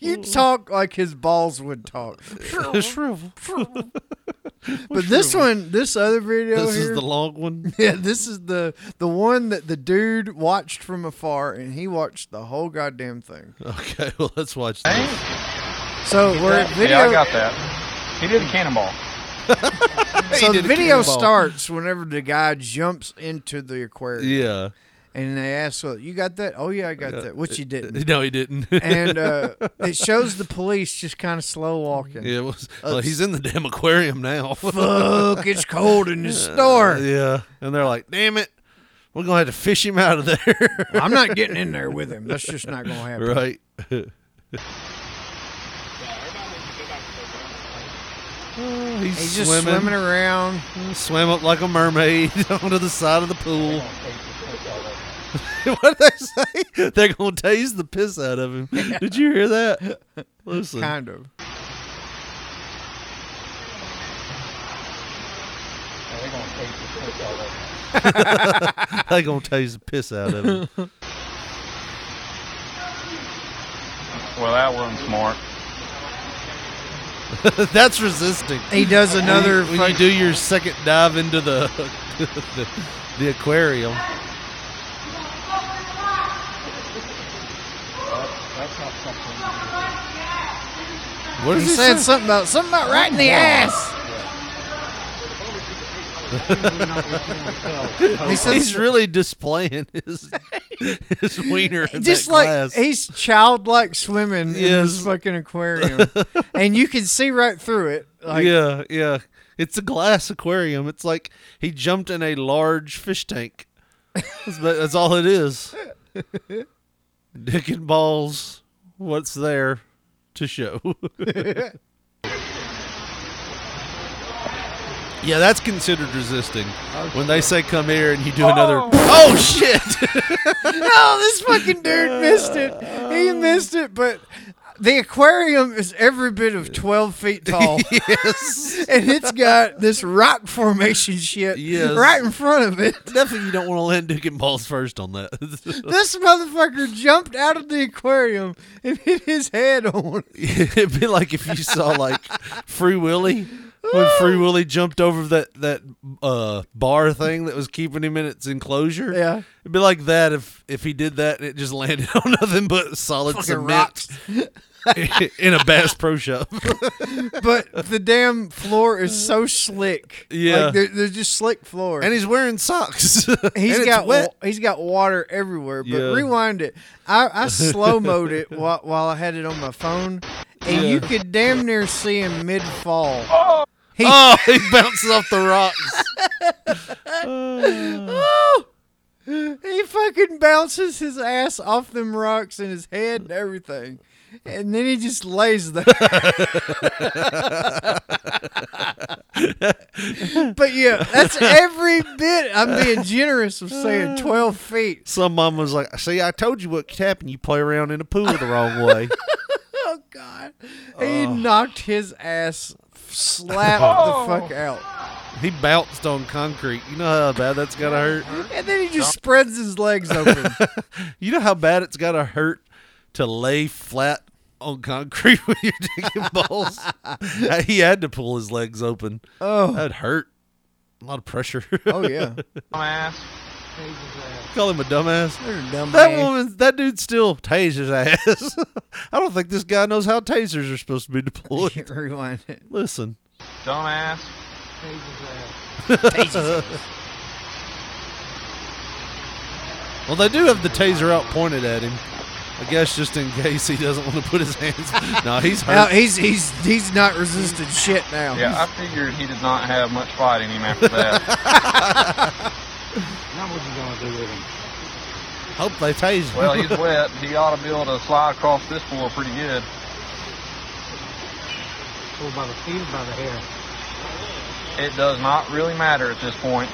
Speaker 7: You talk like his balls would talk.
Speaker 5: Shrivel.
Speaker 7: But this one, this other video
Speaker 5: This is
Speaker 7: here-
Speaker 5: the long one?
Speaker 7: Yeah, this is the the one that the dude watched from afar, and he watched the whole goddamn thing.
Speaker 5: Okay, well let's watch this.
Speaker 7: So we're at video.
Speaker 8: Yeah, I got that. He did a cannonball.
Speaker 7: So the
Speaker 8: did a
Speaker 7: video
Speaker 8: cannonball.
Speaker 7: starts whenever the guy jumps into the aquarium.
Speaker 5: Yeah. Uh,
Speaker 7: And they ask, well, "You got that? Oh yeah, I got that." Which he didn't.
Speaker 5: No, he didn't.
Speaker 7: and uh, it shows the police just kind of slow walking.
Speaker 5: Yeah, it was, well, he's in the damn aquarium now.
Speaker 7: Uh, Fuck, it's cold in this store.
Speaker 5: Yeah, and they're like, "Damn it, we're gonna have to fish him out of there."
Speaker 7: I'm not getting in there with him. That's just not gonna happen.
Speaker 5: Right. he's
Speaker 7: He's just
Speaker 5: swimming.
Speaker 7: swimming around.
Speaker 5: Swam up like a mermaid onto the side of the pool. what did they say? They're gonna tase the piss out of him. Did you hear that? Listen.
Speaker 7: Kind of.
Speaker 5: they gonna tase the piss out of him.
Speaker 8: Well, that wasn't smart.
Speaker 5: That's resisting.
Speaker 7: He does another
Speaker 5: When you, when you do your second dive into the the, the aquarium. What
Speaker 7: he,
Speaker 5: does he
Speaker 7: said
Speaker 5: say?
Speaker 7: something about something about right in the ass. He said-
Speaker 5: he's really displaying his his wiener. In
Speaker 7: just
Speaker 5: that
Speaker 7: like
Speaker 5: glass.
Speaker 7: he's childlike swimming in
Speaker 5: Yes.
Speaker 7: this fucking aquarium, and you can see right through it. Like,
Speaker 5: yeah, yeah. It's a glass aquarium. It's like he jumped in a large fish tank. That's, about- that's all it is. Dick and balls. What's there to show? Yeah, that's considered resisting. When they say come here and you do another. Oh shit!
Speaker 7: no, this fucking dude missed it. He missed it, but the aquarium is every bit of 12 feet tall.
Speaker 5: yes.
Speaker 7: And it's got this rock formation shit
Speaker 5: Yes.
Speaker 7: right in front of it.
Speaker 5: Definitely, you don't want to land dick and balls first on that.
Speaker 7: This motherfucker jumped out of the aquarium and hit his head on it.
Speaker 5: It'd be like if you saw like Free Willy when Free Willy jumped over that that uh, bar thing that was keeping him in its enclosure.
Speaker 7: Yeah.
Speaker 5: it'd be like that if if he did that and it just landed on nothing but solid
Speaker 7: Fucking
Speaker 5: cement
Speaker 7: rocks.
Speaker 5: in a Bass Pro Shop.
Speaker 7: but the damn floor is so slick.
Speaker 5: Yeah.
Speaker 7: like, there- there's just slick floor.
Speaker 5: And he's wearing socks.
Speaker 7: He's
Speaker 5: And it's
Speaker 7: got
Speaker 5: wet.
Speaker 7: wa- he's got water everywhere. But
Speaker 5: Yeah.
Speaker 7: rewind it. I, I slow mode it while, while I had it on my phone, and
Speaker 5: Yeah.
Speaker 7: you could damn near see him mid fall. He-
Speaker 5: oh, he bounces off the rocks. Uh.
Speaker 7: Oh! He fucking bounces his ass off them rocks and his head and everything. And then he just lays there. but yeah, that's every bit. I'm being generous of saying 12 feet.
Speaker 5: Some mom was like, "See, I told you what could happen. You play around in a pool the wrong way."
Speaker 7: Oh, God. He
Speaker 5: Oh.
Speaker 7: knocked his ass slap the fuck out.
Speaker 5: He bounced on concrete. You know how bad that's gotta hurt.
Speaker 7: And then he just spreads his legs open.
Speaker 5: You know how bad it's gotta hurt to lay flat on concrete when you're digging balls. he had to pull his legs open.
Speaker 7: Oh.
Speaker 5: that'd hurt. A lot of pressure.
Speaker 7: Oh, yeah.
Speaker 5: Call him a dumbass.
Speaker 7: You're a dumbass.
Speaker 5: That woman, that dude still tases ass. I don't think this guy knows how tasers are supposed to be deployed.
Speaker 7: Rewind it.
Speaker 5: Listen.
Speaker 3: Dumbass.
Speaker 5: Well, they do have the taser out pointed at him. I guess just in case he doesn't want to put his hands. no, he's hurt.
Speaker 7: Now, he's, he's, he's not resisting shit now.
Speaker 21: Yeah, I figured he did not have much fight in him after that.
Speaker 22: Now what you gonna do with him?
Speaker 5: Hope they tase him.
Speaker 21: well, he's wet. He ought to be able to slide across this floor pretty good.
Speaker 22: Pull by the feet or by the hair?
Speaker 21: It does not really matter at this point.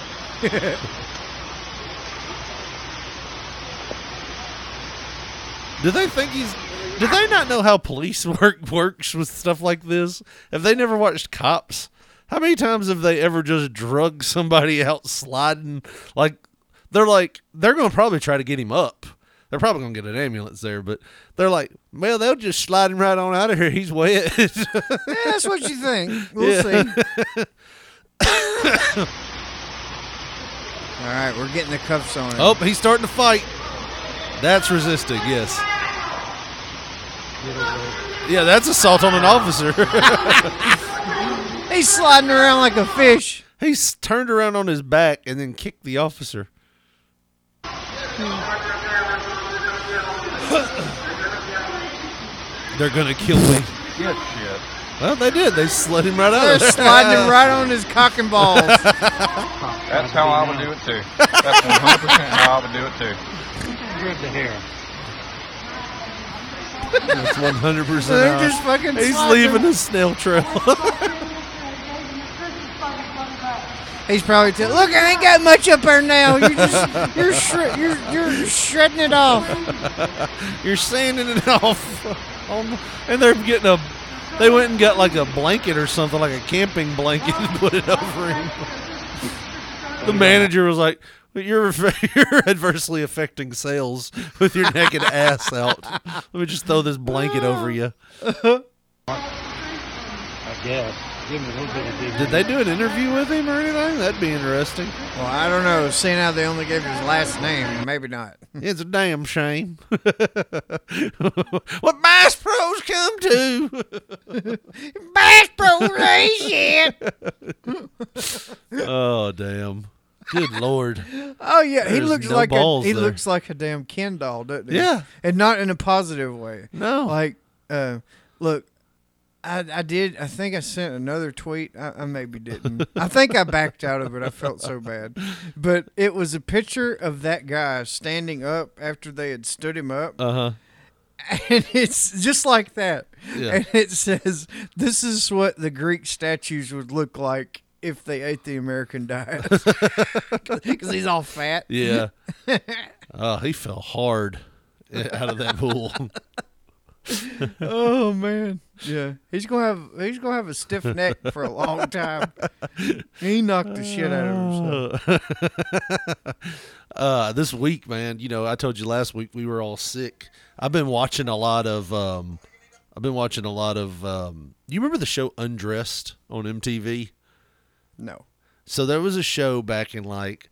Speaker 5: do they think he's? Do they not know how police work works with stuff like this? Have they never watched cops? How many times have they ever just drug somebody out sliding? Like they're like they're going to probably try to get him up. They're probably going to get an ambulance there, but they're like, well, they'll just slide him right on out of here. He's wet.
Speaker 7: Yeah, that's what you think. We'll
Speaker 5: Yeah.
Speaker 7: see. All right, we're getting the cuffs on. him.
Speaker 5: Oh, he's starting to fight. That's resisting, yes. Yeah, that's assault on an officer.
Speaker 7: He's sliding around like a fish.
Speaker 5: He's turned around on his back and then kicked the officer. They're gonna kill me.
Speaker 21: Good shit.
Speaker 5: Well, they did. They slid him right out.
Speaker 7: They're
Speaker 5: of there.
Speaker 7: sliding him right on his cock and balls.
Speaker 21: That's how I would do it too. That's 100% how I would do it too.
Speaker 22: Grab the hair.
Speaker 5: That's one hundred percent.
Speaker 7: They're just fucking
Speaker 5: He's
Speaker 7: sliding
Speaker 5: leaving
Speaker 7: him.
Speaker 5: a snail trail.
Speaker 7: He's probably t- look. I ain't got much up there now. You're just you're shre- you're you're shredding it off.
Speaker 5: You're sanding it off. On- and they're getting a. They went and got like a blanket or something, like a camping blanket, and put it over him. The manager was like, "You're you're adversely affecting sales with your naked ass out. Let me just throw this blanket over you."
Speaker 22: I guess. Give him a little bit of dignity.
Speaker 5: Did they do an interview with him or anything? That'd be interesting.
Speaker 7: Well, I don't know. Seeing how they only gave his last name, maybe not.
Speaker 5: It's a damn shame. what Bass Pros come to?
Speaker 7: Bass Pro Racing.
Speaker 5: oh damn! Good lord!
Speaker 7: Oh yeah, he
Speaker 5: There's
Speaker 7: looks
Speaker 5: no
Speaker 7: like a,
Speaker 5: balls
Speaker 7: he
Speaker 5: there.
Speaker 7: looks like a damn Ken doll, doesn't he?
Speaker 5: Yeah.
Speaker 7: and not in a positive way.
Speaker 5: No,
Speaker 7: like uh, look, I I did. I think I sent another tweet. I, I maybe didn't. I think I backed out of it. I felt so bad, but it was a picture of that guy standing up after they had stood him up.
Speaker 5: Uh huh.
Speaker 7: and it's just like that.
Speaker 5: Yeah.
Speaker 7: And it says, "This is what the Greek statues would look like if they ate the American diet because he's all fat.
Speaker 5: Yeah. oh, he fell hard out of that pool.
Speaker 7: oh man, yeah. He's gonna have he's gonna have a stiff neck for a long time. He knocked the shit out of himself.
Speaker 5: uh, this week, man, you know, I told you last week we were all sick. I've been watching a lot of. Um, I've been watching a lot of. Um, you remember the show Undressed on MTV?
Speaker 7: No.
Speaker 5: So there was a show back in like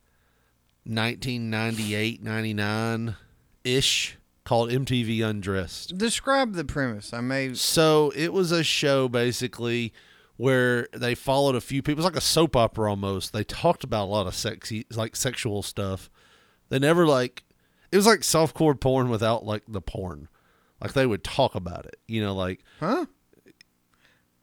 Speaker 5: 1998, 99 ish called MTV Undressed.
Speaker 7: Describe the premise. I may.
Speaker 5: So it was a show basically where they followed a few people. It was like a soap opera almost. They talked about a lot of sexy, like sexual stuff. They never like. It was like softcore porn without like the porn. Like they would talk about it. You know, like
Speaker 7: Huh?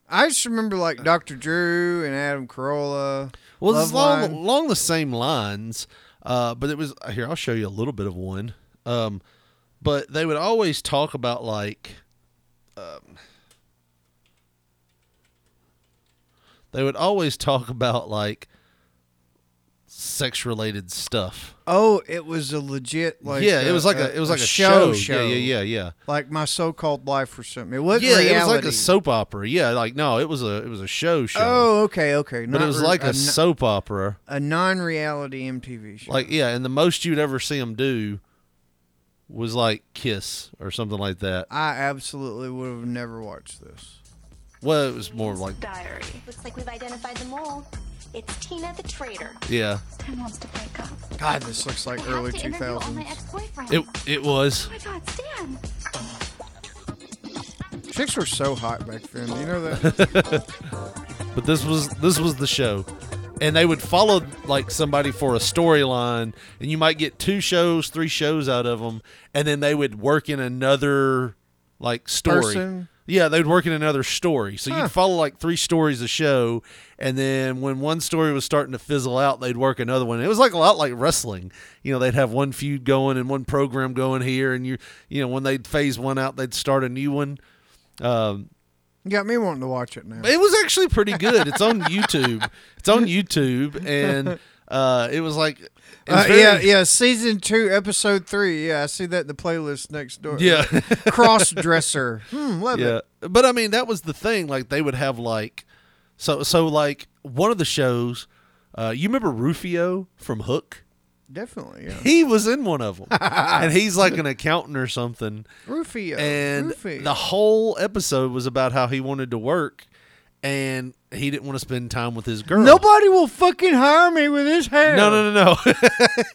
Speaker 7: I just remember like Dr. Drew and Adam Carolla.
Speaker 5: well, it's
Speaker 7: Loveline.
Speaker 5: along along the same lines. Uh, but it was here. I'll show you a little bit of one. Um, but they would always talk about like. Um, they would always talk about like sex related stuff.
Speaker 7: Oh, it was a legit like
Speaker 5: yeah,
Speaker 7: a-
Speaker 5: it was like a, it was like a show. Yeah, yeah, yeah, yeah.
Speaker 7: Like my so-called life or something. It wasn't
Speaker 5: yeah,
Speaker 7: reality.
Speaker 5: it was like a soap opera. Yeah, like no, it was a it was a show show.
Speaker 7: Oh, okay, okay.
Speaker 5: but it was
Speaker 7: re-
Speaker 5: like a,
Speaker 7: no-
Speaker 5: soap opera.
Speaker 7: a non-reality MTV show.
Speaker 5: Like yeah, and the most you'd ever see them do was like kiss or something like that.
Speaker 7: I absolutely would have never watched this.
Speaker 5: Well, it was more like
Speaker 2: Diary. Looks like we've identified them all. It's Tina the traitor.
Speaker 5: yeah,
Speaker 2: Stan wants to break up.
Speaker 7: God, this looks like
Speaker 2: I
Speaker 7: early
Speaker 2: have to interview all my
Speaker 7: 2000s.
Speaker 2: ex-boyfriends.
Speaker 5: it it was.
Speaker 2: Oh my God, Stan!
Speaker 7: Chicks were so hot back then. You know that?
Speaker 5: but this was this was the show and they would follow like somebody for a storyline and you might get two shows three shows out of them and then they would work in another like story
Speaker 7: Person?
Speaker 5: yeah they'd work in another story so
Speaker 7: Huh.
Speaker 5: you'd follow like three stories a show and then when one story was starting to fizzle out they'd work another one it was like a lot like wrestling you know they'd have one feud going and one program going here and you you know when they'd phase one out they'd start a new one um,
Speaker 7: you got me wanting to watch it now.
Speaker 5: it was actually pretty good. It's on YouTube. It's on YouTube, and uh, it was like, it was
Speaker 7: Uh,
Speaker 5: very-
Speaker 7: yeah, yeah. Season two, episode three. Yeah, I see that in the playlist next door.
Speaker 5: Yeah.
Speaker 7: cross dresser. Hmm, love it.
Speaker 5: But I mean, that was the thing. Like they would have like, so so like one of the shows. Uh, you remember Rufio from Hook?
Speaker 7: Definitely. Yeah.
Speaker 5: He was in one of them, and he's like an accountant or something.
Speaker 7: Rufio.
Speaker 5: and
Speaker 7: Rufio.
Speaker 5: the whole episode was about how he wanted to work, and he didn't want to spend time with his girl.
Speaker 7: Nobody will fucking hire me with his hair.
Speaker 5: No, no, no,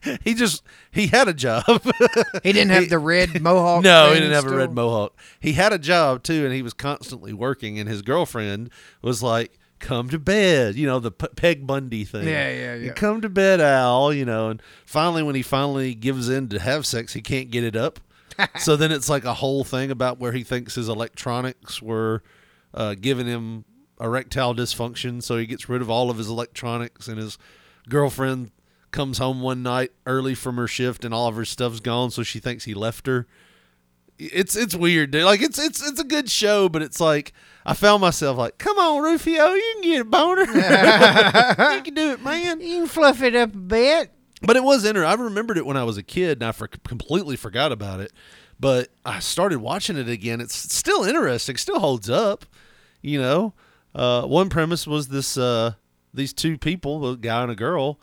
Speaker 5: no. he just he had a job.
Speaker 7: He didn't have the red mohawk.
Speaker 5: no, he
Speaker 7: thing
Speaker 5: didn't have a
Speaker 7: still?
Speaker 5: red mohawk. He had a job too, and he was constantly working. And his girlfriend was like, "Come to bed," you know, the P- Peg Bundy thing.
Speaker 7: Yeah, yeah, yeah.
Speaker 5: "You Come to bed, Al. You know, and finally, when he finally gives in to have sex, he can't get it up. so then it's like a whole thing about where he thinks his electronics were uh, giving him erectile dysfunction. So he gets rid of all of his electronics, and his girlfriend comes home one night early from her shift, and all of her stuff's gone. So she thinks he left her it's it's weird, dude. Like it's it's it's a good show, but it's like I found myself like, come on, Rufio, you can get a boner. you can do it, man.
Speaker 7: You can fluff it up a bit.
Speaker 5: But it was inter. I remembered it when I was a kid, and I for- completely forgot about it. But I started watching it again. It's still interesting. Still holds up. You know, uh, one premise was this: uh, these two people, a guy and a girl,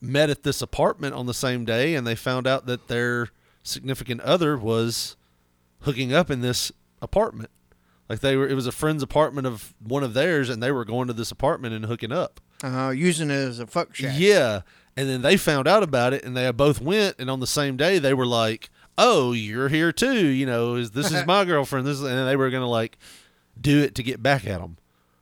Speaker 5: met at this apartment on the same day, and they found out that their significant other was hooking up in this apartment. Like they were, it was a friend's apartment of one of theirs, and they were going to this apartment and hooking up.
Speaker 7: Uh, using it as a fuck shack.
Speaker 5: Yeah. And then they found out about it and they both went and on the same day they were like, "Oh, you're here too." You know, is this is my girlfriend. This is, and they were going to like do it to get back at them.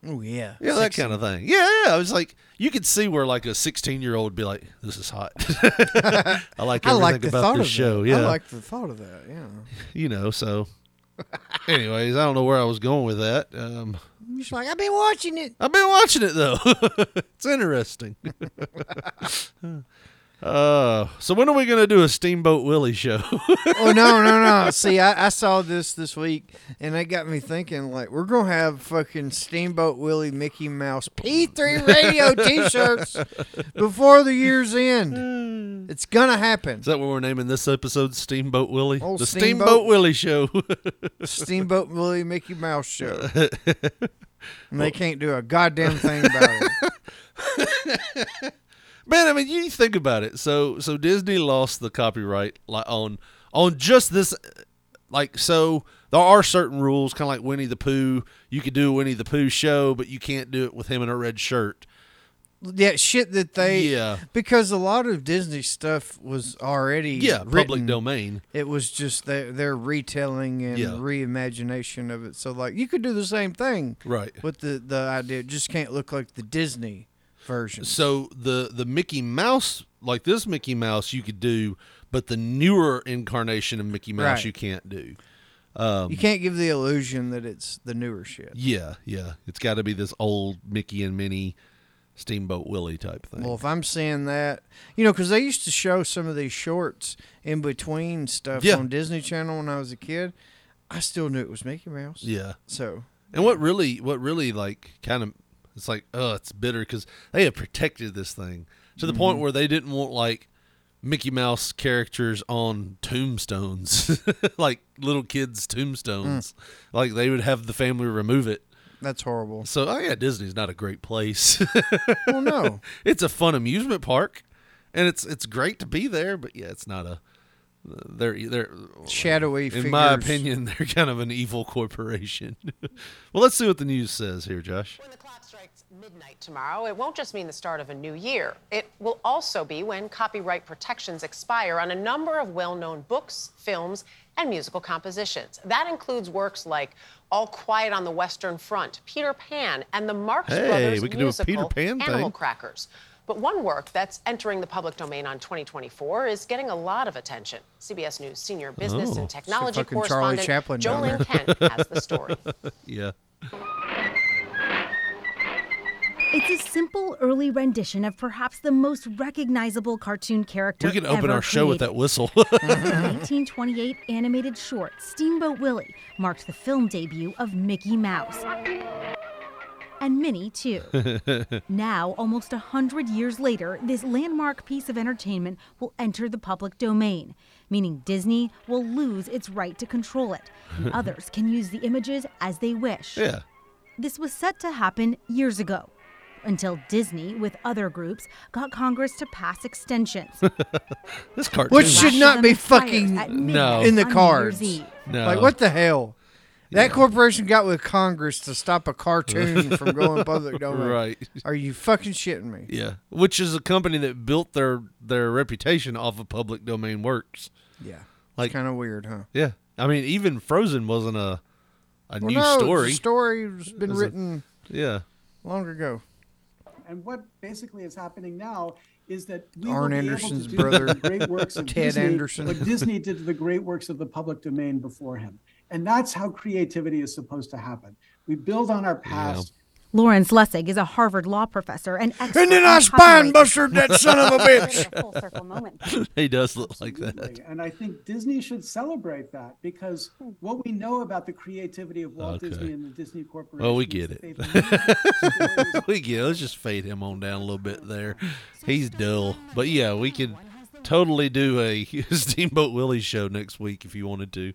Speaker 7: Oh yeah.
Speaker 5: Yeah, that kind of thing. Yeah, yeah. I was like, you could see where like a 16-year-old would be like, "This is hot." I like everything
Speaker 7: I like the
Speaker 5: about
Speaker 7: thought
Speaker 5: this
Speaker 7: of
Speaker 5: show.
Speaker 7: That.
Speaker 5: Yeah.
Speaker 7: I like the thought of that. Yeah.
Speaker 5: you know, so anyways, I don't know where I was going with that. Um
Speaker 7: You're just like I've been watching it.
Speaker 5: I've been watching it though. it's interesting. Uh, so when are we gonna do a Steamboat Willie show?
Speaker 7: oh no no no! See, I, I saw this this week, and that got me thinking. Like, we're gonna have fucking Steamboat Willie Mickey Mouse P3 Radio T-shirts before the year's end. It's gonna happen.
Speaker 5: Is that what we're naming this episode? Steamboat Willie.
Speaker 7: Old
Speaker 5: the
Speaker 7: Steamboat-
Speaker 5: Steamboat, Willie show.
Speaker 7: Steamboat Willie Mickey Mouse show, and they can't do a goddamn thing about it.
Speaker 5: Man, I mean, you think about it. So, so Disney lost the copyright like on on just this. Like, so there are certain rules, kind of like Winnie the Pooh. You could do a Winnie the Pooh show, but you can't do it with him in a red shirt.
Speaker 7: Yeah, shit that they
Speaker 5: Yeah.
Speaker 7: because a lot of Disney stuff was already
Speaker 5: Yeah, public
Speaker 7: written.
Speaker 5: domain.
Speaker 7: It was just their their retelling and
Speaker 5: Yeah.
Speaker 7: reimagination of it. So like you could do the same thing,
Speaker 5: Right.
Speaker 7: With the the idea, it just can't look like the Disney version.
Speaker 5: So the the Mickey Mouse, like this Mickey Mouse, you could do, but the newer incarnation of Mickey Mouse,
Speaker 7: Right.
Speaker 5: you can't do. Um,
Speaker 7: You can't give the illusion that it's the newer shit.
Speaker 5: Yeah, yeah. It's got to be this old Mickey and Minnie Steamboat Willie type thing.
Speaker 7: Well, if I'm seeing that, you know, because they used to show some of these shorts in between stuff
Speaker 5: Yeah.
Speaker 7: on Disney Channel when I was a kid. I still knew it was Mickey Mouse.
Speaker 5: Yeah.
Speaker 7: So
Speaker 5: And what really, what really, like, kind of, it's like, oh, it's bitter because they have protected this thing to the point
Speaker 7: Mhm.
Speaker 5: where they didn't want like Mickey Mouse characters on tombstones, like little kids' tombstones. Like they would have the family remove it.
Speaker 7: that's horrible.
Speaker 5: So, oh yeah, Disney's not a great place.
Speaker 7: well, no.
Speaker 5: it's a fun amusement park, and it's it's great to be there. But yeah, it's not a. They're they're
Speaker 7: Shadowy
Speaker 5: In my
Speaker 7: figures.
Speaker 5: opinion, they're kind of an evil corporation. well, let's see what the news says here, Josh.
Speaker 4: midnight tomorrow, it won't just mean the start of a new year. It will also be when copyright protections expire on a number of well known books, films, and musical compositions. That includes works like All Quiet on the Western Front, Peter Pan, and the Marx
Speaker 5: Hey,
Speaker 4: Brothers
Speaker 5: we could do a
Speaker 4: musical
Speaker 5: Peter Pan
Speaker 4: Animal
Speaker 5: thing.
Speaker 4: Crackers. But one work that's entering the public domain on 2024 is getting a lot of attention. CBS News senior business
Speaker 5: Oh.
Speaker 4: and
Speaker 5: It's like
Speaker 4: technology
Speaker 7: fucking Charlie
Speaker 4: correspondent
Speaker 7: Chaplin down
Speaker 4: Jolene
Speaker 7: there.
Speaker 4: Kent has the story.
Speaker 5: yeah.
Speaker 9: It's a simple early rendition of perhaps the most recognizable cartoon character.
Speaker 5: We could open
Speaker 9: ever
Speaker 5: our show with
Speaker 9: created.
Speaker 5: that whistle.
Speaker 9: The 1928 animated short Steamboat Willie marked the film debut of Mickey Mouse. And Minnie, too. Now, almost a hundred years later, this landmark piece of entertainment will enter the public domain, meaning Disney will lose its right to control it, and others can use the images as they wish.
Speaker 5: yeah.
Speaker 9: This was set to happen years ago, until Disney, with other groups, got Congress to pass extensions.
Speaker 5: This cartoon
Speaker 7: Which should not be
Speaker 9: fires
Speaker 7: fucking
Speaker 9: at midnight
Speaker 7: in the
Speaker 9: on New
Speaker 7: cards.
Speaker 9: Year's Eve.
Speaker 5: No.
Speaker 7: Like what the hell? That corporation got with Congress to stop a cartoon from going public domain.
Speaker 5: Right.
Speaker 7: Are you fucking shitting me?
Speaker 5: Yeah, which is a company that built their their reputation off of public domain works.
Speaker 7: Yeah.
Speaker 5: Like
Speaker 7: kind of weird, huh?
Speaker 5: Yeah, I mean, even Frozen wasn't a a
Speaker 7: Well,
Speaker 5: new
Speaker 7: no,
Speaker 5: story.
Speaker 7: The story's been
Speaker 5: It was a-
Speaker 7: written
Speaker 5: yeah.
Speaker 7: long ago.
Speaker 23: And what basically is happening now is that we will
Speaker 7: Arn
Speaker 23: be able to
Speaker 7: Anderson's
Speaker 23: do
Speaker 7: brother,
Speaker 23: the great works of
Speaker 7: Ted
Speaker 23: Disney,
Speaker 7: Anderson.
Speaker 23: what Disney did to the great works of the public domain before him. And that's how creativity is supposed to happen. We build on our past.
Speaker 9: Lawrence Lessig is a Harvard law professor and expert
Speaker 23: then
Speaker 9: on
Speaker 23: I
Speaker 9: copyright.
Speaker 23: spine-bustered that son of a bitch.
Speaker 4: Full circle moment.
Speaker 5: he does look like that.
Speaker 23: And I think Disney should celebrate that because what we know about the creativity of Walt
Speaker 5: Okay.
Speaker 23: Disney and the Disney Corporation.
Speaker 5: Well, we
Speaker 23: is
Speaker 5: get
Speaker 23: that
Speaker 5: it.
Speaker 23: they've
Speaker 5: we get. It. Let's just fade him on down a little bit there. He's dull, but yeah, we could totally do a Steamboat Willie show next week if you wanted to.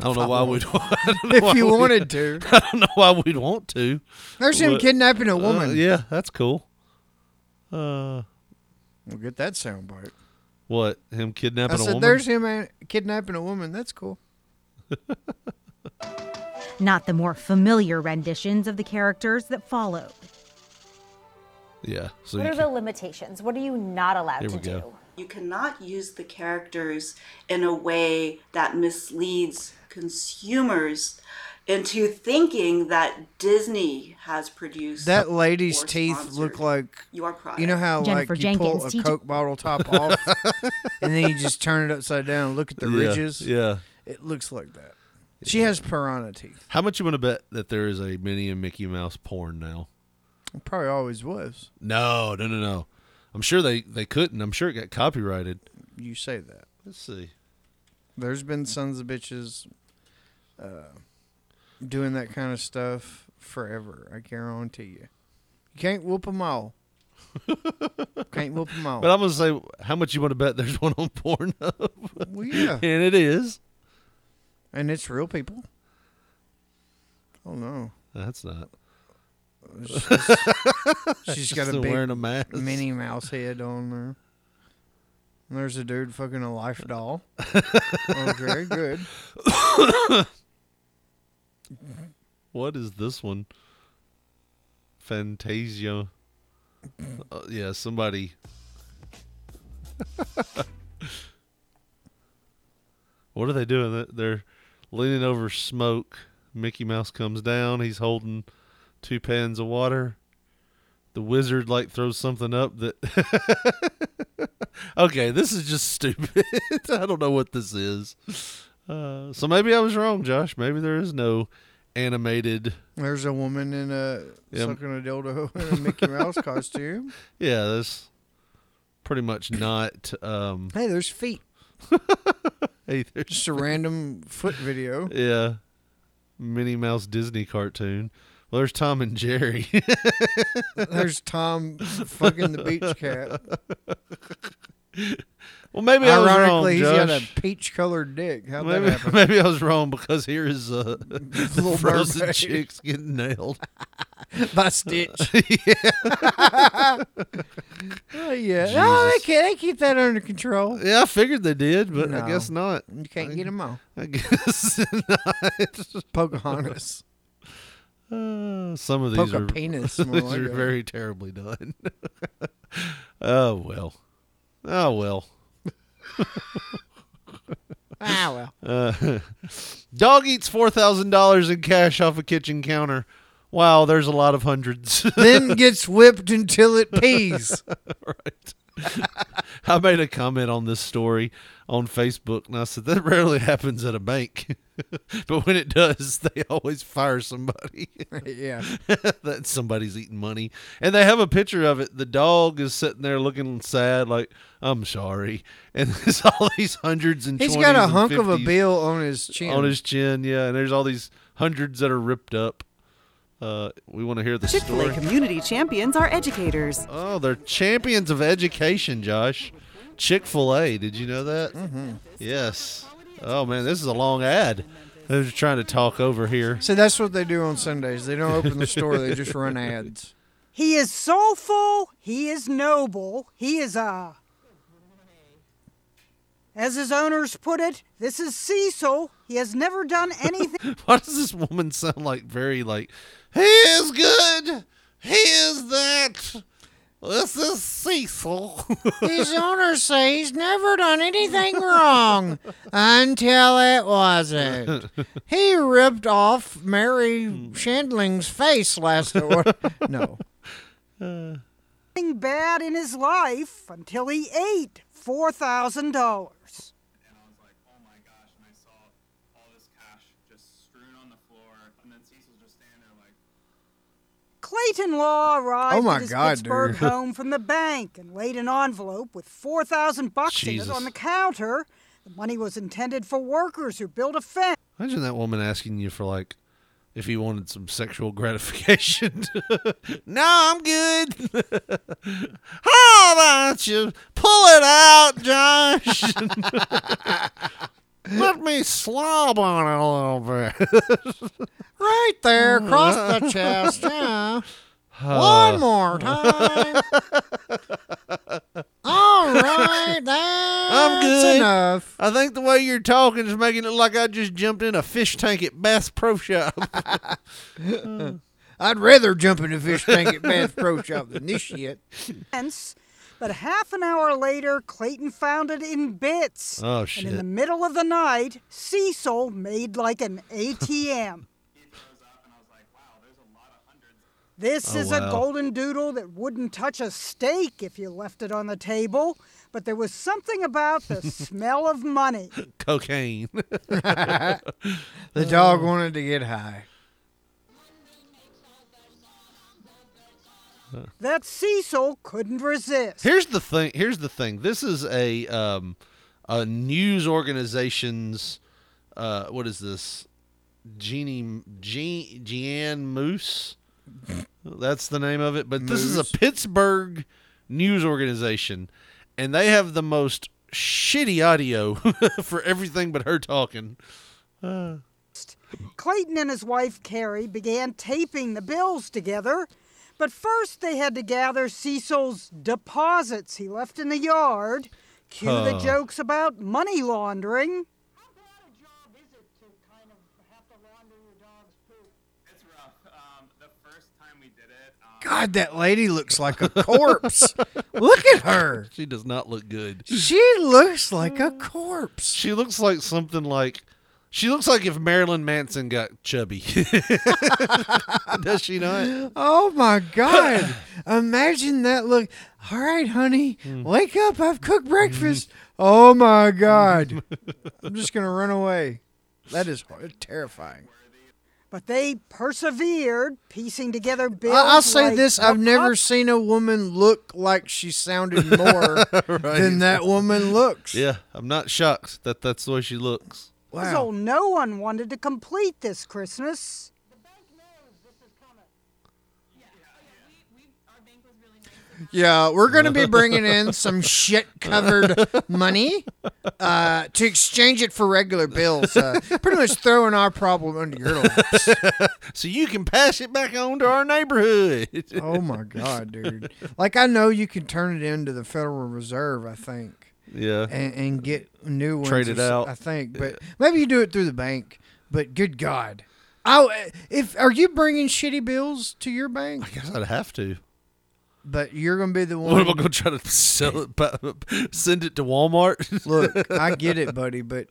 Speaker 5: I don't know why we'd. I don't know
Speaker 7: If
Speaker 5: why
Speaker 7: you
Speaker 5: we-
Speaker 7: wanted to.
Speaker 5: I don't know why we'd want to.
Speaker 7: There's him
Speaker 5: But-
Speaker 7: kidnapping a
Speaker 5: uh,
Speaker 7: woman.
Speaker 5: yeah, that's cool. Uh,
Speaker 7: We'll get that soundbite.
Speaker 5: what? Him
Speaker 7: I
Speaker 5: kidnapping a
Speaker 7: said,
Speaker 5: woman?
Speaker 7: "There's him uh, kidnapping a woman. That's cool."
Speaker 9: Not the more familiar renditions of the characters that follow.
Speaker 5: yeah. So
Speaker 24: What
Speaker 5: you
Speaker 24: are
Speaker 5: can-
Speaker 24: the limitations? What are you not allowed
Speaker 5: Here
Speaker 24: to
Speaker 5: we go.
Speaker 24: do?
Speaker 25: You cannot use the characters in a way that misleads consumers into thinking that Disney has produced
Speaker 7: That lady's teeth look like
Speaker 25: your product.
Speaker 7: you know how
Speaker 25: Jennifer
Speaker 7: like you pull
Speaker 25: Jenkins
Speaker 7: a
Speaker 25: teach-
Speaker 7: Coke bottle top off, and then you just turn it upside down and look at the
Speaker 5: Yeah,
Speaker 7: ridges.
Speaker 5: yeah.
Speaker 7: it looks like that. She has piranha teeth.
Speaker 5: How much you want to bet that there is a Minnie and Mickey Mouse porn now?
Speaker 7: Probably always was.
Speaker 5: No, no, no, no. I'm sure they they couldn't. I'm sure it got copyrighted.
Speaker 7: You say that.
Speaker 5: Let's see.
Speaker 7: There's been sons of bitches uh, doing that kind of stuff forever. I guarantee you. You can't whoop 'em all. can't whoop 'em all.
Speaker 5: But I'm gonna say how much you want to bet there's one on Pornhub.
Speaker 7: Well, yeah.
Speaker 5: and it is.
Speaker 7: and it's real people. Oh no.
Speaker 5: That's not.
Speaker 7: She's, she's got a
Speaker 5: Still
Speaker 7: big
Speaker 5: wearing a mask.
Speaker 7: Minnie Mouse head on there. And there's a dude fucking a life doll. okay, good.
Speaker 5: What is this one? Fantasia. Uh, yeah, somebody. what are they doing? They- They're leaning over smoke. Mickey Mouse comes down. He's holding two pans of water. The wizard like throws something up that. okay, this is just stupid. I don't know what this is. Uh, so maybe I was wrong, Josh. Maybe there is no animated.
Speaker 7: There's a woman in a
Speaker 5: Yeah.
Speaker 7: sucking a dildo in a Mickey Mouse costume.
Speaker 5: Yeah, that's pretty much not. Um,
Speaker 7: Hey, there's feet.
Speaker 5: hey, there's
Speaker 7: Just a random foot video.
Speaker 5: Yeah. Minnie Mouse Disney cartoon. Well, there's Tom and Jerry.
Speaker 7: There's Tom fucking the beach cat.
Speaker 5: well, maybe I was
Speaker 7: Ironically,
Speaker 5: wrong,
Speaker 7: he's
Speaker 5: Josh.
Speaker 7: got a peach colored dick. How'd
Speaker 5: maybe,
Speaker 7: that happen?
Speaker 5: maybe I was wrong because here is uh, the
Speaker 7: Little
Speaker 5: frozen
Speaker 7: Mermaid.
Speaker 5: chicks getting nailed.
Speaker 7: By Stitch.
Speaker 5: yeah.
Speaker 7: Oh yeah. No, they,
Speaker 5: Jesus.
Speaker 7: can, they keep that under control.
Speaker 5: yeah, I figured they did, but
Speaker 7: No.
Speaker 5: I guess not.
Speaker 7: You can't get them all.
Speaker 5: I guess not.
Speaker 7: Pocahontas.
Speaker 5: Uh, some of these
Speaker 7: Poke a
Speaker 5: are
Speaker 7: penis, more
Speaker 5: these
Speaker 7: like
Speaker 5: are
Speaker 7: it.
Speaker 5: very terribly done. oh well, oh well.
Speaker 7: Ah well.
Speaker 5: Uh, dog eats four thousand dollars in cash off a kitchen counter. Wow, there's a lot of hundreds.
Speaker 7: then gets whipped until it pees.
Speaker 5: right. I made a comment on this story on Facebook, and I said that rarely happens at a bank, but when it does, they always fire somebody.
Speaker 7: yeah.
Speaker 5: that somebody's eating money, and they have a picture of it. The dog is sitting there looking sad, like "I'm sorry," and there's all these hundreds and
Speaker 7: He's
Speaker 5: 20s
Speaker 7: got a
Speaker 5: and
Speaker 7: hunk of a
Speaker 5: 50s
Speaker 7: bill on his chin.
Speaker 5: on his chin. Yeah, and there's all these hundreds that are ripped up. Uh, we want to hear the
Speaker 1: Chick-fil-A
Speaker 5: story.
Speaker 1: community champions are educators.
Speaker 5: Oh, they're champions of education, Josh. Chick fil A. Did you know that? Mm-hmm. Yes. Oh, man, this is a long ad. They're just trying to talk over here.
Speaker 7: So that's what they do on Sundays. They don't open the store. They just run ads.
Speaker 6: He is soulful. He is noble. He is a. As his owners put it, this is Cecil. He has never done anything.
Speaker 5: Why does this woman sound like very, like, he is good. He is that. This is Cecil.
Speaker 7: His owner say he's never done anything wrong until it wasn't. He ripped off Mary
Speaker 5: Hmm.
Speaker 7: Shandling's face last No.
Speaker 5: Uh,
Speaker 6: Nothing bad in his life until he ate four thousand dollars. Clayton Law arrived
Speaker 7: Oh my
Speaker 6: at his
Speaker 7: God,
Speaker 6: Pittsburgh
Speaker 7: dude.
Speaker 6: home from the bank and laid an envelope with four thousand bucks in
Speaker 5: Jesus.
Speaker 6: it on the counter. The money was intended for workers who built a fence.
Speaker 5: Imagine that woman asking you for, like, if you wanted some sexual gratification. no, I'm good. How about you pull it out, Josh? Let me slob on it a little bit.
Speaker 7: Right there, across the chest. Yeah. One more time. All right, that's
Speaker 5: I'm good.
Speaker 7: enough.
Speaker 5: I think the way you're talking is making it like I just jumped in a fish tank at Bass Pro Shop.
Speaker 7: I'd rather jump in a fish tank at Bass Pro Shop than this shit.
Speaker 6: fence, but half an hour later, Clayton found it in bits.
Speaker 5: Oh,
Speaker 6: And
Speaker 5: shit.
Speaker 6: in the middle of the night, Cecil made like an ATM. This
Speaker 5: Oh,
Speaker 6: is
Speaker 5: wow.
Speaker 6: a golden doodle that wouldn't touch a steak if you left it on the table, but there was something about the smell of money.
Speaker 5: Cocaine.
Speaker 7: The dog wanted to get high.
Speaker 6: that Cecil couldn't resist.
Speaker 5: Here's the thing. Here's the thing. This is a um, a news organization's uh, what is this? Jeannie Jean Jeanne Moose. That's the name of it. But this is a
Speaker 3: Moose.
Speaker 5: Pittsburgh news organization, and they have the most shitty audio for everything but her talking. Uh,
Speaker 6: Clayton and his wife Carrie began taping the bills together, but first they had to gather Cecil's deposits he left in the yard. Cue the
Speaker 5: Huh.
Speaker 6: jokes about money laundering.
Speaker 7: God, that lady looks like a corpse. Look at her.
Speaker 5: she does not look good.
Speaker 7: She looks like a corpse.
Speaker 5: She looks like something like. She looks like if Marilyn Manson got chubby. Does she not?
Speaker 7: Oh my God. Imagine that look. All right, honey, wake up. I've cooked breakfast. Oh my God. I'm just going to run away. That is hor- terrifying.
Speaker 6: But they persevered, piecing together bills.
Speaker 7: I- I'll say
Speaker 6: like-
Speaker 7: this I've never seen a woman look like she sounded more than that woman looked.
Speaker 5: Yeah, I'm not shocked that that's the way she looks.
Speaker 6: Puzzle no one wanted to complete this Christmas.
Speaker 7: Yeah, we're going to be bringing in some shit covered money uh, to exchange it for regular bills. Uh, pretty much throwing our problem under your laps.
Speaker 5: so you can pass it back on to our neighborhood.
Speaker 7: oh my god, dude! Like I know you can turn it into the Federal Reserve, I think,
Speaker 5: Yeah.
Speaker 7: and, and get new ones.
Speaker 5: Trade
Speaker 7: or
Speaker 5: it
Speaker 7: so-
Speaker 5: out.
Speaker 7: I think, but maybe you do it through the bank. But good god, I if are you bringing shitty bills to your bank? I
Speaker 5: guess I'd have to.
Speaker 7: But you're gonna be the one.
Speaker 5: What am I going to try to sell it? pa- Send it to Walmart?
Speaker 7: Look, I get it, buddy, but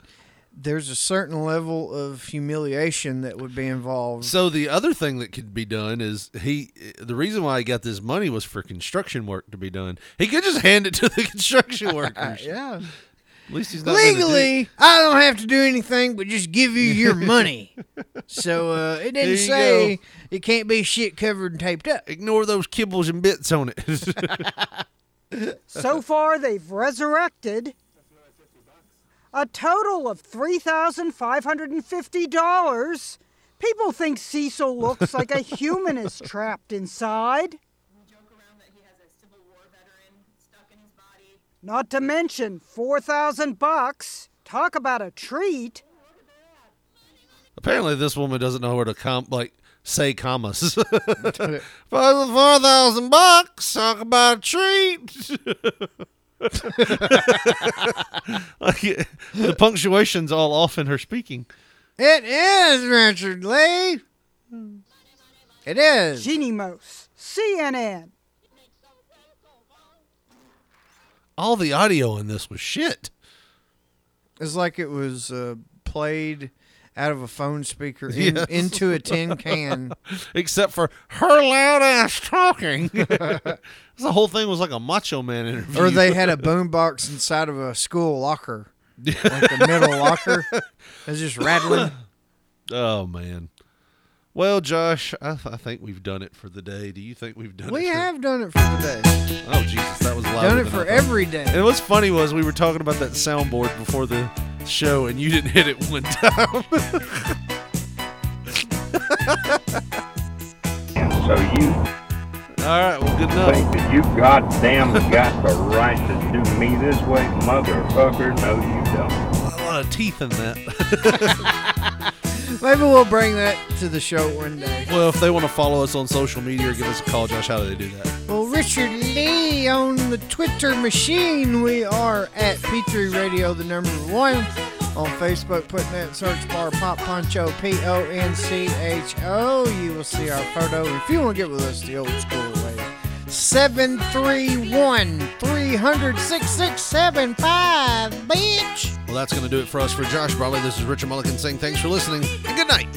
Speaker 7: there's a certain level of humiliation that would be involved.
Speaker 5: So the other thing that could be done is he. The reason why he got this money was for construction work to be done. He could just hand it to the construction workers.
Speaker 7: yeah.
Speaker 5: At least he's not gonna do-
Speaker 7: Legally, I don't have to do anything but just give you your money. so uh, it
Speaker 5: There
Speaker 7: didn't
Speaker 5: you
Speaker 7: say
Speaker 5: go.
Speaker 7: it can't be shit covered and taped up.
Speaker 5: Ignore those kibbles and bits on it.
Speaker 6: So far, they've resurrected a total of $3,550. People think Cecil looks like a human is trapped inside. Not to mention 4,000 bucks. Talk about a treat.
Speaker 5: Apparently, this woman doesn't know where to com- like say commas. For the four thousand bucks, talk about a treat. like, the punctuation's all off in her speaking.
Speaker 7: It is Richard Lee. It is.
Speaker 6: Jeannie Mose, CNN.
Speaker 5: All the audio in this was shit.
Speaker 7: It's like it was uh, played out of a phone speaker in,
Speaker 5: Yes.
Speaker 7: into a tin can.
Speaker 5: Except for her loud ass talking. the whole thing was like a Macho Man interview.
Speaker 7: or they had a boombox inside of a school locker, like a metal locker. It's just rattling.
Speaker 5: Oh man. Well, Josh, I, I think we've done it for the day. Do you think we've done
Speaker 7: We
Speaker 5: it? for-
Speaker 7: have done it for today.
Speaker 5: Oh Jesus, that was loud.
Speaker 7: Done it for every day.
Speaker 5: And what's funny was we were talking about that soundboard before the show, and you didn't hit it one time.
Speaker 10: So you
Speaker 5: All right, well, good enough.
Speaker 10: think that you goddamn got the right to do me this way, motherfucker? No, you don't.
Speaker 5: a lot of teeth in that.
Speaker 7: Maybe we'll bring that to the show one day.
Speaker 5: well, if they want to follow us on social media or give us a call, Josh, how do they do that?
Speaker 7: Well, Richard Lee on the Twitter machine. We are at P3 Radio, the number one. On Facebook, put in that search bar Pop Poncho, P O N C H O. You will see our photo. If you want to get with us the old school way, 731 300 6675, bitch.
Speaker 5: Well, that's going to do it for us. For Josh Brawley, this is Richard Mulligan saying thanks for listening. and good night.